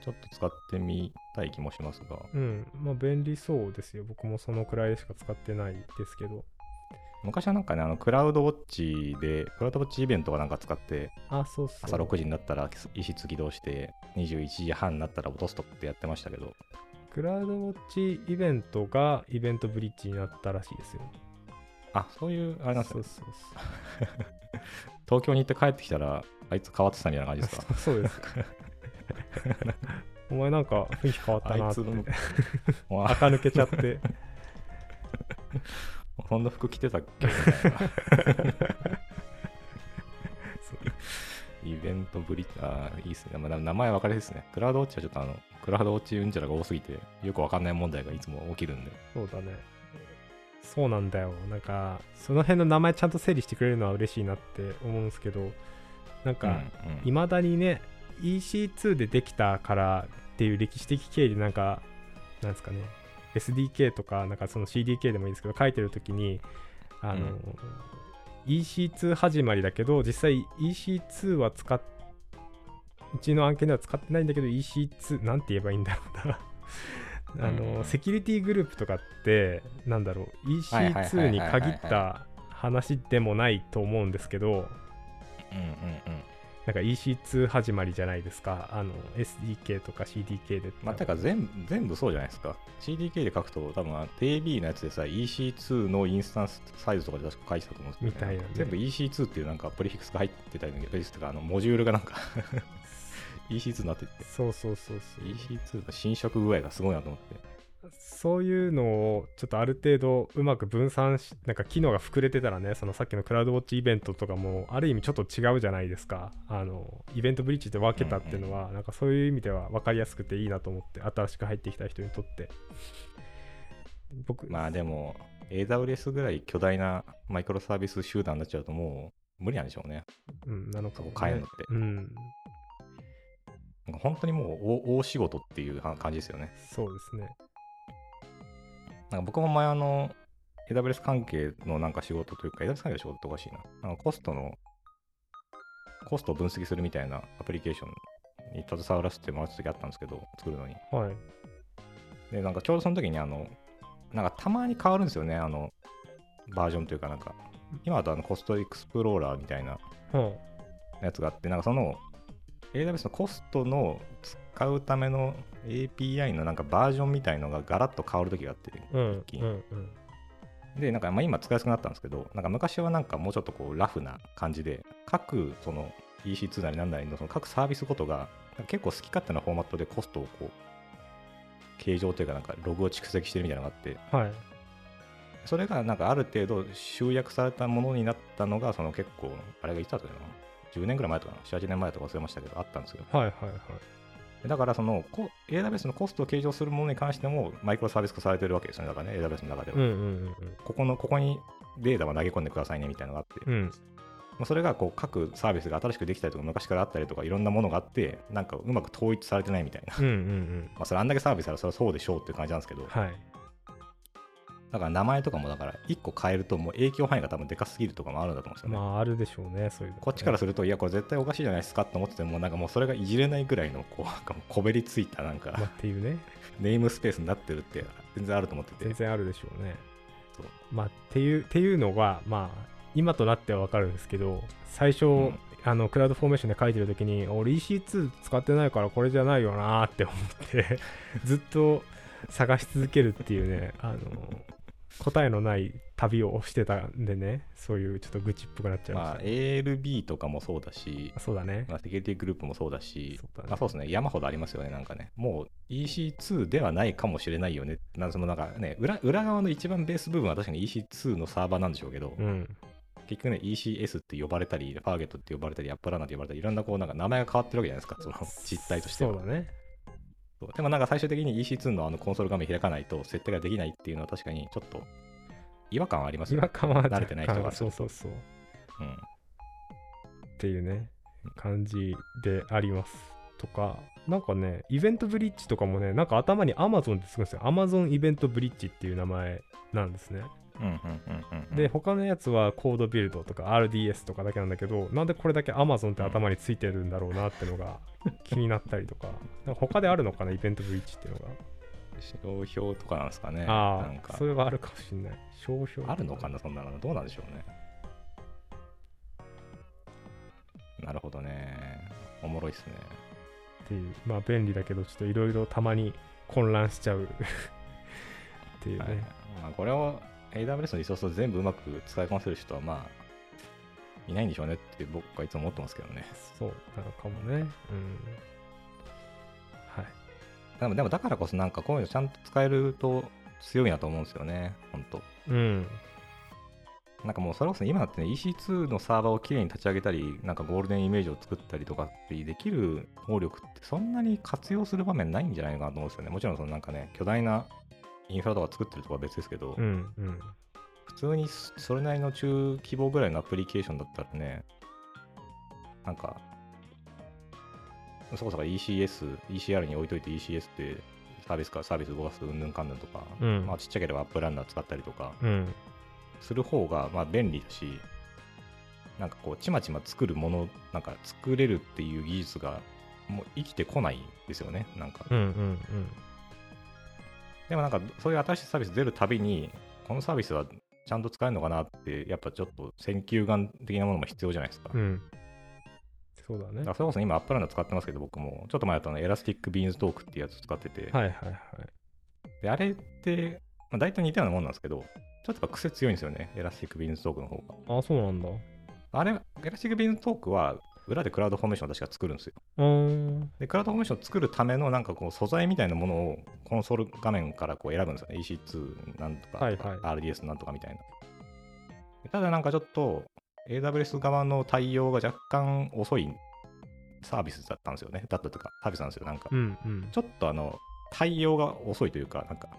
[SPEAKER 1] ちょっと使ってみたい気もしますが、
[SPEAKER 2] うんまあ便利そうですよ僕もそのくらいしか使ってないですけど
[SPEAKER 1] 昔はなんかね、あのクラウドウォッチで、クラウドウォッチイベントかなんか使って、
[SPEAKER 2] あそうそう
[SPEAKER 1] 朝6時になったら一室起動して、21時半になったら落とすとかってやってましたけど、
[SPEAKER 2] クラウドウォッチイベントがイベントブリッジになったらしいですよ
[SPEAKER 1] あ、そういう、あれなんです
[SPEAKER 2] そ
[SPEAKER 1] ね
[SPEAKER 2] う。そうそう。
[SPEAKER 1] 東京に行って帰ってきたら、あいつ変わってたみたいな感じですか
[SPEAKER 2] そうです。 お前なんか雰囲気変わったな
[SPEAKER 1] あ
[SPEAKER 2] っ
[SPEAKER 1] い
[SPEAKER 2] て
[SPEAKER 1] つ。の
[SPEAKER 2] 垢抜けちゃって。
[SPEAKER 1] そんな服着てたっけ イベントブリッジ、あーいいですね。まあ名前分かりですね。クラウドウォッチはちょっとあの、クラウドウォッチうんちゃらが多すぎて、よく分かんない問題がいつも起きるんで。
[SPEAKER 2] そうだね。そうなんだよ。なんか、その辺の名前ちゃんと整理してくれるのは嬉しいなって思うんですけど、なん
[SPEAKER 1] うんう
[SPEAKER 2] か、
[SPEAKER 1] ん
[SPEAKER 2] いまだにね、EC2 でできたからっていう歴史的経緯で、なんか、なんですかね、SDK とか、なんかその CDK でもいいですけど、書いてるときに、あの、
[SPEAKER 1] うん
[SPEAKER 2] EC2 始まりだけど、実際 EC2 は使っ、うちの案件では使ってないんだけど、EC2、なんて言えばいいんだろうな。 あの、
[SPEAKER 1] うん
[SPEAKER 2] セキュリティグループとかって、なんだろう、
[SPEAKER 1] はいはいはいはい
[SPEAKER 2] EC2 に限った話でもないと思うんですけど、
[SPEAKER 1] うんうんうん。
[SPEAKER 2] なんか EC2 始まりじゃないですか、あの SDK とか CDK で。
[SPEAKER 1] まあ、てか全部、全部そうじゃないですか。CDK で書くと、多分あの AB のやつでさ、EC2 のインスタンスサイズとかで確か書いてたと思うんですけど、
[SPEAKER 2] みたいなね
[SPEAKER 1] 全部 EC2 っていうなんかプリフィックスが入ってたりだけど、プリフィックスとか、あの、モジュールがなん か EC2 になってて、
[SPEAKER 2] そうそうそうそう。
[SPEAKER 1] EC2 の侵食具合がすごいなと思って。
[SPEAKER 2] そういうのをちょっとある程度うまく分散し、なんか機能が膨れてたらね、そのさっきのクラウドウォッチイベントとかも、ある意味ちょっと違うじゃないですか。あの、イベントブリッジで分けたっていうのは、なんかそういう意味では分かりやすくていいなと思って、新しく入ってきた人にとって。僕、
[SPEAKER 1] まあでも、AWS ぐらい巨大なマイクロサービス集団になっちゃうともう無理なんでしょうね。
[SPEAKER 2] うん、なのか
[SPEAKER 1] そ
[SPEAKER 2] も、
[SPEAKER 1] こ変えるのって。
[SPEAKER 2] うん、
[SPEAKER 1] なんか本当にもう大大仕事っていう感じですよね。
[SPEAKER 2] そうですね。
[SPEAKER 1] なんか僕も前あの、AWS 関係のなんか仕事というか、AWS 関係の仕事っておかしいな。なんかコストの、コストを分析するみたいなアプリケーションに携わらせてもらった時あったんですけど、作るのに。
[SPEAKER 2] はい。
[SPEAKER 1] で、なんかちょうどその時にあの、なんかたまに変わるんですよね、あの、バージョンというかなんか。今だとあのコストエクスプローラーみたいな
[SPEAKER 2] はい。
[SPEAKER 1] やつがあって、なんかその AWS のコストの使うための API のなんかバージョンみたいのがガラッと変わるときがあって、
[SPEAKER 2] うん、
[SPEAKER 1] 気
[SPEAKER 2] う
[SPEAKER 1] に
[SPEAKER 2] ん、うん。
[SPEAKER 1] で、なんかまあ今使いやすくなったんですけど、なんか昔はなんかもうちょっとこうラフな感じで、各その EC2 なりなんなりのその各サービスごとがなんか結構好き勝手なフォーマットでコストをこう、形状というかなんかログを蓄積してるみたいなのがあって、
[SPEAKER 2] はい。
[SPEAKER 1] それがなんかある程度集約されたものになったのが、その結構、あれがいつだったかな、10年ぐらい前とかな、7、8年前とか忘れましたけど、あったんですよ。
[SPEAKER 2] はいはいはい。
[SPEAKER 1] だからそのこ AWS のコストを計上するものに関してもマイクロサービス化されてるわけですよね、だからね、AWS の中では。
[SPEAKER 2] うんうん
[SPEAKER 1] ここのここにデータは投げ込んでくださいねみたいなのがあって、
[SPEAKER 2] うんうん。
[SPEAKER 1] まあ、それがこう各サービスが新しくできたりとか、昔からあったりとか、いろんなものがあって、なんかうまく統一されてないみたいな。
[SPEAKER 2] うんうんうん。
[SPEAKER 1] まあ、それあんだけサービスあらそれはそうでしょうっていう感じなんですけど、
[SPEAKER 2] はい。
[SPEAKER 1] だから名前とかもだから1個変えるともう影響範囲が多分でかすぎるとかもあるんだと思うんですよね。
[SPEAKER 2] まあ、あるでしょうね、そういうのね、
[SPEAKER 1] こっちからすると、いや、これ絶対おかしいじゃないですかと思ってても、なんかもうそれがいじれないぐらいの、こう、なんかもうこべりついた、なんか
[SPEAKER 2] まあ、、ってい うね、
[SPEAKER 1] ネームスペースになってるって、全然あると思って
[SPEAKER 2] 全
[SPEAKER 1] て、
[SPEAKER 2] 然あるでしょうね。
[SPEAKER 1] そう
[SPEAKER 2] まあ、っていう、っていうのが、まあ、今となってはわかるんですけど、最初、
[SPEAKER 1] うん
[SPEAKER 2] あの、クラウドフォーメーションで書いてるときに、俺 EC2 使ってないからこれじゃないよなーって思って、 ずっと探し続けるっていうね、あの、答えのない旅をしてたんでね、そういうちょっと愚痴っぽくなっちゃいまし
[SPEAKER 1] ま
[SPEAKER 2] た
[SPEAKER 1] あ、
[SPEAKER 2] ね、
[SPEAKER 1] ALB とかもそうだし、
[SPEAKER 2] そうだね。
[SPEAKER 1] まあ、セキュリティグループもそうだし、
[SPEAKER 2] そうだね
[SPEAKER 1] まあ、そうですね、山ほどありますよね、なんかね。もう EC2 ではないかもしれないよね。なんかそのなんかね裏、裏側の一番ベース部分は確かに EC2 のサーバーなんでしょうけど、
[SPEAKER 2] うん。
[SPEAKER 1] 結局ね、ECS って呼ばれたり、ファーゲットって呼ばれたり、アップラーナーって呼ばれたり、いろんなこう、なんか名前が変わってるわけじゃないですか、 その実態としては。
[SPEAKER 2] そうだね。
[SPEAKER 1] そうでもなんか最終的に EC2 のあのコンソール画面開かないと設定ができないっていうのは確かにちょっと違和感はあります
[SPEAKER 2] 違
[SPEAKER 1] よ
[SPEAKER 2] 和
[SPEAKER 1] ね。
[SPEAKER 2] 感は
[SPEAKER 1] 慣れてない人
[SPEAKER 2] 若
[SPEAKER 1] が
[SPEAKER 2] 干そうそうそう。
[SPEAKER 1] うん。
[SPEAKER 2] っていうね感じでありますとかなんかねイベントブリッジとかもねなんか頭に Amazon ってつくんですよ Amazon イベントブリッジっていう名前なんですね、
[SPEAKER 1] うんうんうんうんうん。
[SPEAKER 2] で、他のやつはコードビルドとか RDS とかだけなんだけどなんでこれだけ Amazon って頭についてるんだろうなって のが気になったりとかなんか他であるのかなイベントブリッジっていうのが、
[SPEAKER 1] 商標とかなんですかね。
[SPEAKER 2] あ
[SPEAKER 1] なん
[SPEAKER 2] あ
[SPEAKER 1] か
[SPEAKER 2] そ、れはあるかもしれない商標
[SPEAKER 1] あるのかな、そんなの。どうなんでしょうね。なるほどね。おもろいっすね。
[SPEAKER 2] っていうまあ便利だけどちょっといろいろたまに混乱しちゃう っていうね、
[SPEAKER 1] はいまあ、これを AWS のリソースを全部うまく使いこなせる人は、まあ、いないんでしょうねって僕はいつも思ってますけどね。
[SPEAKER 2] そうなのかもね。うん。はい。
[SPEAKER 1] でも、でもだからこそなんかこういうのちゃんと使えると強いなと思うんですよね。本当
[SPEAKER 2] うん。
[SPEAKER 1] なんかもうそれこそ今だってね EC2 のサーバーをきれいに立ち上げたり、なんかゴールデンイメージを作ったりとかってできる能力ってそんなに活用する場面ないんじゃないかなと思うんですよね。もちろんそのなんかね、巨大なインフラとか作ってるとかは別ですけど、
[SPEAKER 2] うん。うん。
[SPEAKER 1] 普通にそれなりの中規模ぐらいのアプリケーションだったらね、なんか、そこそこ ECS、ECR に置いといて ECS ってサービスかサービス動かすうんぬんかんぬんとか、
[SPEAKER 2] うん
[SPEAKER 1] まあちっちゃければアップランナー使ったりとか、
[SPEAKER 2] うん。
[SPEAKER 1] する方がまあ便利だし、なんかこう、ちまちま作るもの、なんか作れるっていう技術が、もう生きてこないんですよね、なんか。
[SPEAKER 2] うん。うん。
[SPEAKER 1] でもなんか、そういう新しいサービス出るたびに、このサービスはちゃんと使えるのかなって、やっぱちょっと選球眼的なものも必要じゃないですか。
[SPEAKER 2] う
[SPEAKER 1] だ
[SPEAKER 2] ん。そうだね
[SPEAKER 1] か。らそれこそ今、アップランド使ってますけど、僕も、ちょっと前だったのエラスティックビーンズトークってやつ使ってて、
[SPEAKER 2] はいはいはい。
[SPEAKER 1] であれって、まあ、大体似たようなもんなんですけど、ちょっとやっぱ癖強いんですよね、エラスティックビーンズトークの方が。
[SPEAKER 2] あ、そうなんだ。
[SPEAKER 1] あれ、エラスティックビーンズトークは、裏でクラウドフォーメーションを確か作るんですよ
[SPEAKER 2] うーん。
[SPEAKER 1] でクラウドフォーメーションを作るためのなんかこう素材みたいなものをコンソール画面からこう選ぶんですよね。EC2 なんとか、
[SPEAKER 2] はいはい
[SPEAKER 1] RDS なんとかみたいな。でただなんかちょっと AWS 側の対応が若干遅いサービスだったんですよね。だったというかサービスなんですよ。なんか
[SPEAKER 2] うん。うん
[SPEAKER 1] ち。ょっとあの対応が遅いというか、なんか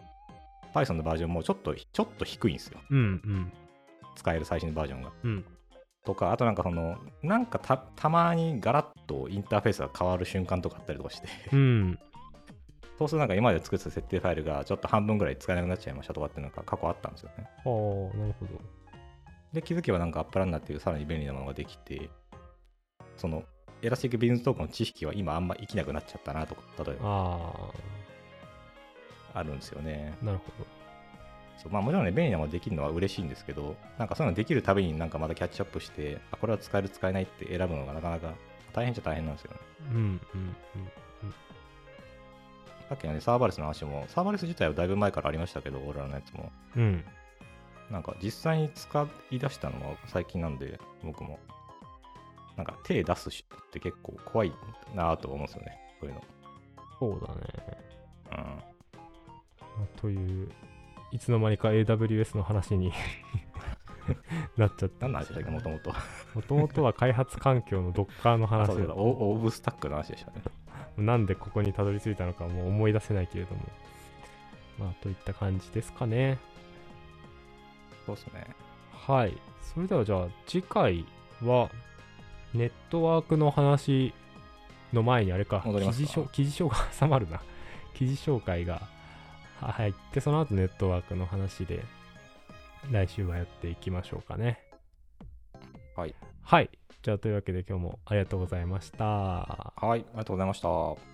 [SPEAKER 1] Python のバージョンもちょっとちょっと低いんですよ。
[SPEAKER 2] うん。うん。
[SPEAKER 1] 使える最新バージョンが。
[SPEAKER 2] うん。
[SPEAKER 1] とか、あとなんかその、なんかたたまにガラッとインターフェースが変わる瞬間とかあったりとかして。
[SPEAKER 2] うん。
[SPEAKER 1] そうするとなんか今まで作ってた設定ファイルがちょっと半分ぐらい使えなくなっちゃいましたとかっていうのが過去あったんですよね。
[SPEAKER 2] ああ、なるほど。
[SPEAKER 1] で、気づけばなんかアップランナーっていうさらに便利なものができて、そのエラスティックビズンストークの知識は今あんま生きなくなっちゃったなとか、例えば
[SPEAKER 2] あ
[SPEAKER 1] あるんですよね。
[SPEAKER 2] あ、なるほ
[SPEAKER 1] そうまあもちろんね、便利なものできるのは嬉しいんですけど、なんかそういうのできるたびになんかまたキャッチアップして、あ、これは使える使えないって選ぶのがなかなか大変っちゃ大変なんですよね。
[SPEAKER 2] ど。うん。うん。
[SPEAKER 1] さっきのね、サーバレスの話も、サーバレス自体はだいぶ前からありましたけど、俺らのやつも。
[SPEAKER 2] うん。うん。
[SPEAKER 1] なんか実際に使い出したのは最近なんで、僕も。なんか手出す人って結構怖いなぁと思うんですよね。そういうの。
[SPEAKER 2] そうだね。
[SPEAKER 1] うん。
[SPEAKER 2] まあという、いつの間にか AWS の話に なっちゃった
[SPEAKER 1] 何の話
[SPEAKER 2] んです
[SPEAKER 1] でし
[SPEAKER 2] よ
[SPEAKER 1] た
[SPEAKER 2] ね
[SPEAKER 1] っけ、もともと。
[SPEAKER 2] もともとは開発環境の Docker の
[SPEAKER 1] あ、
[SPEAKER 2] 話
[SPEAKER 1] そう
[SPEAKER 2] だ
[SPEAKER 1] だ、オオーブスタックの話でしたね。
[SPEAKER 2] なんでここにたどり着いたのかもう思い出せないけれども。まあ、といった感じですかね。
[SPEAKER 1] そうですね。
[SPEAKER 2] はい。それではじゃあ次回は、ネットワークの話の前にあれか、
[SPEAKER 1] 戻り
[SPEAKER 2] 記
[SPEAKER 1] ます
[SPEAKER 2] 事
[SPEAKER 1] か
[SPEAKER 2] 紹記事紹介挟まるな。 記事紹介がは入って、その後ネットワークの話で、来週はやっていきましょうかね。
[SPEAKER 1] はい。
[SPEAKER 2] はい。じゃあというわけで今日もありがとうございました。
[SPEAKER 1] はい、ありがとうございました。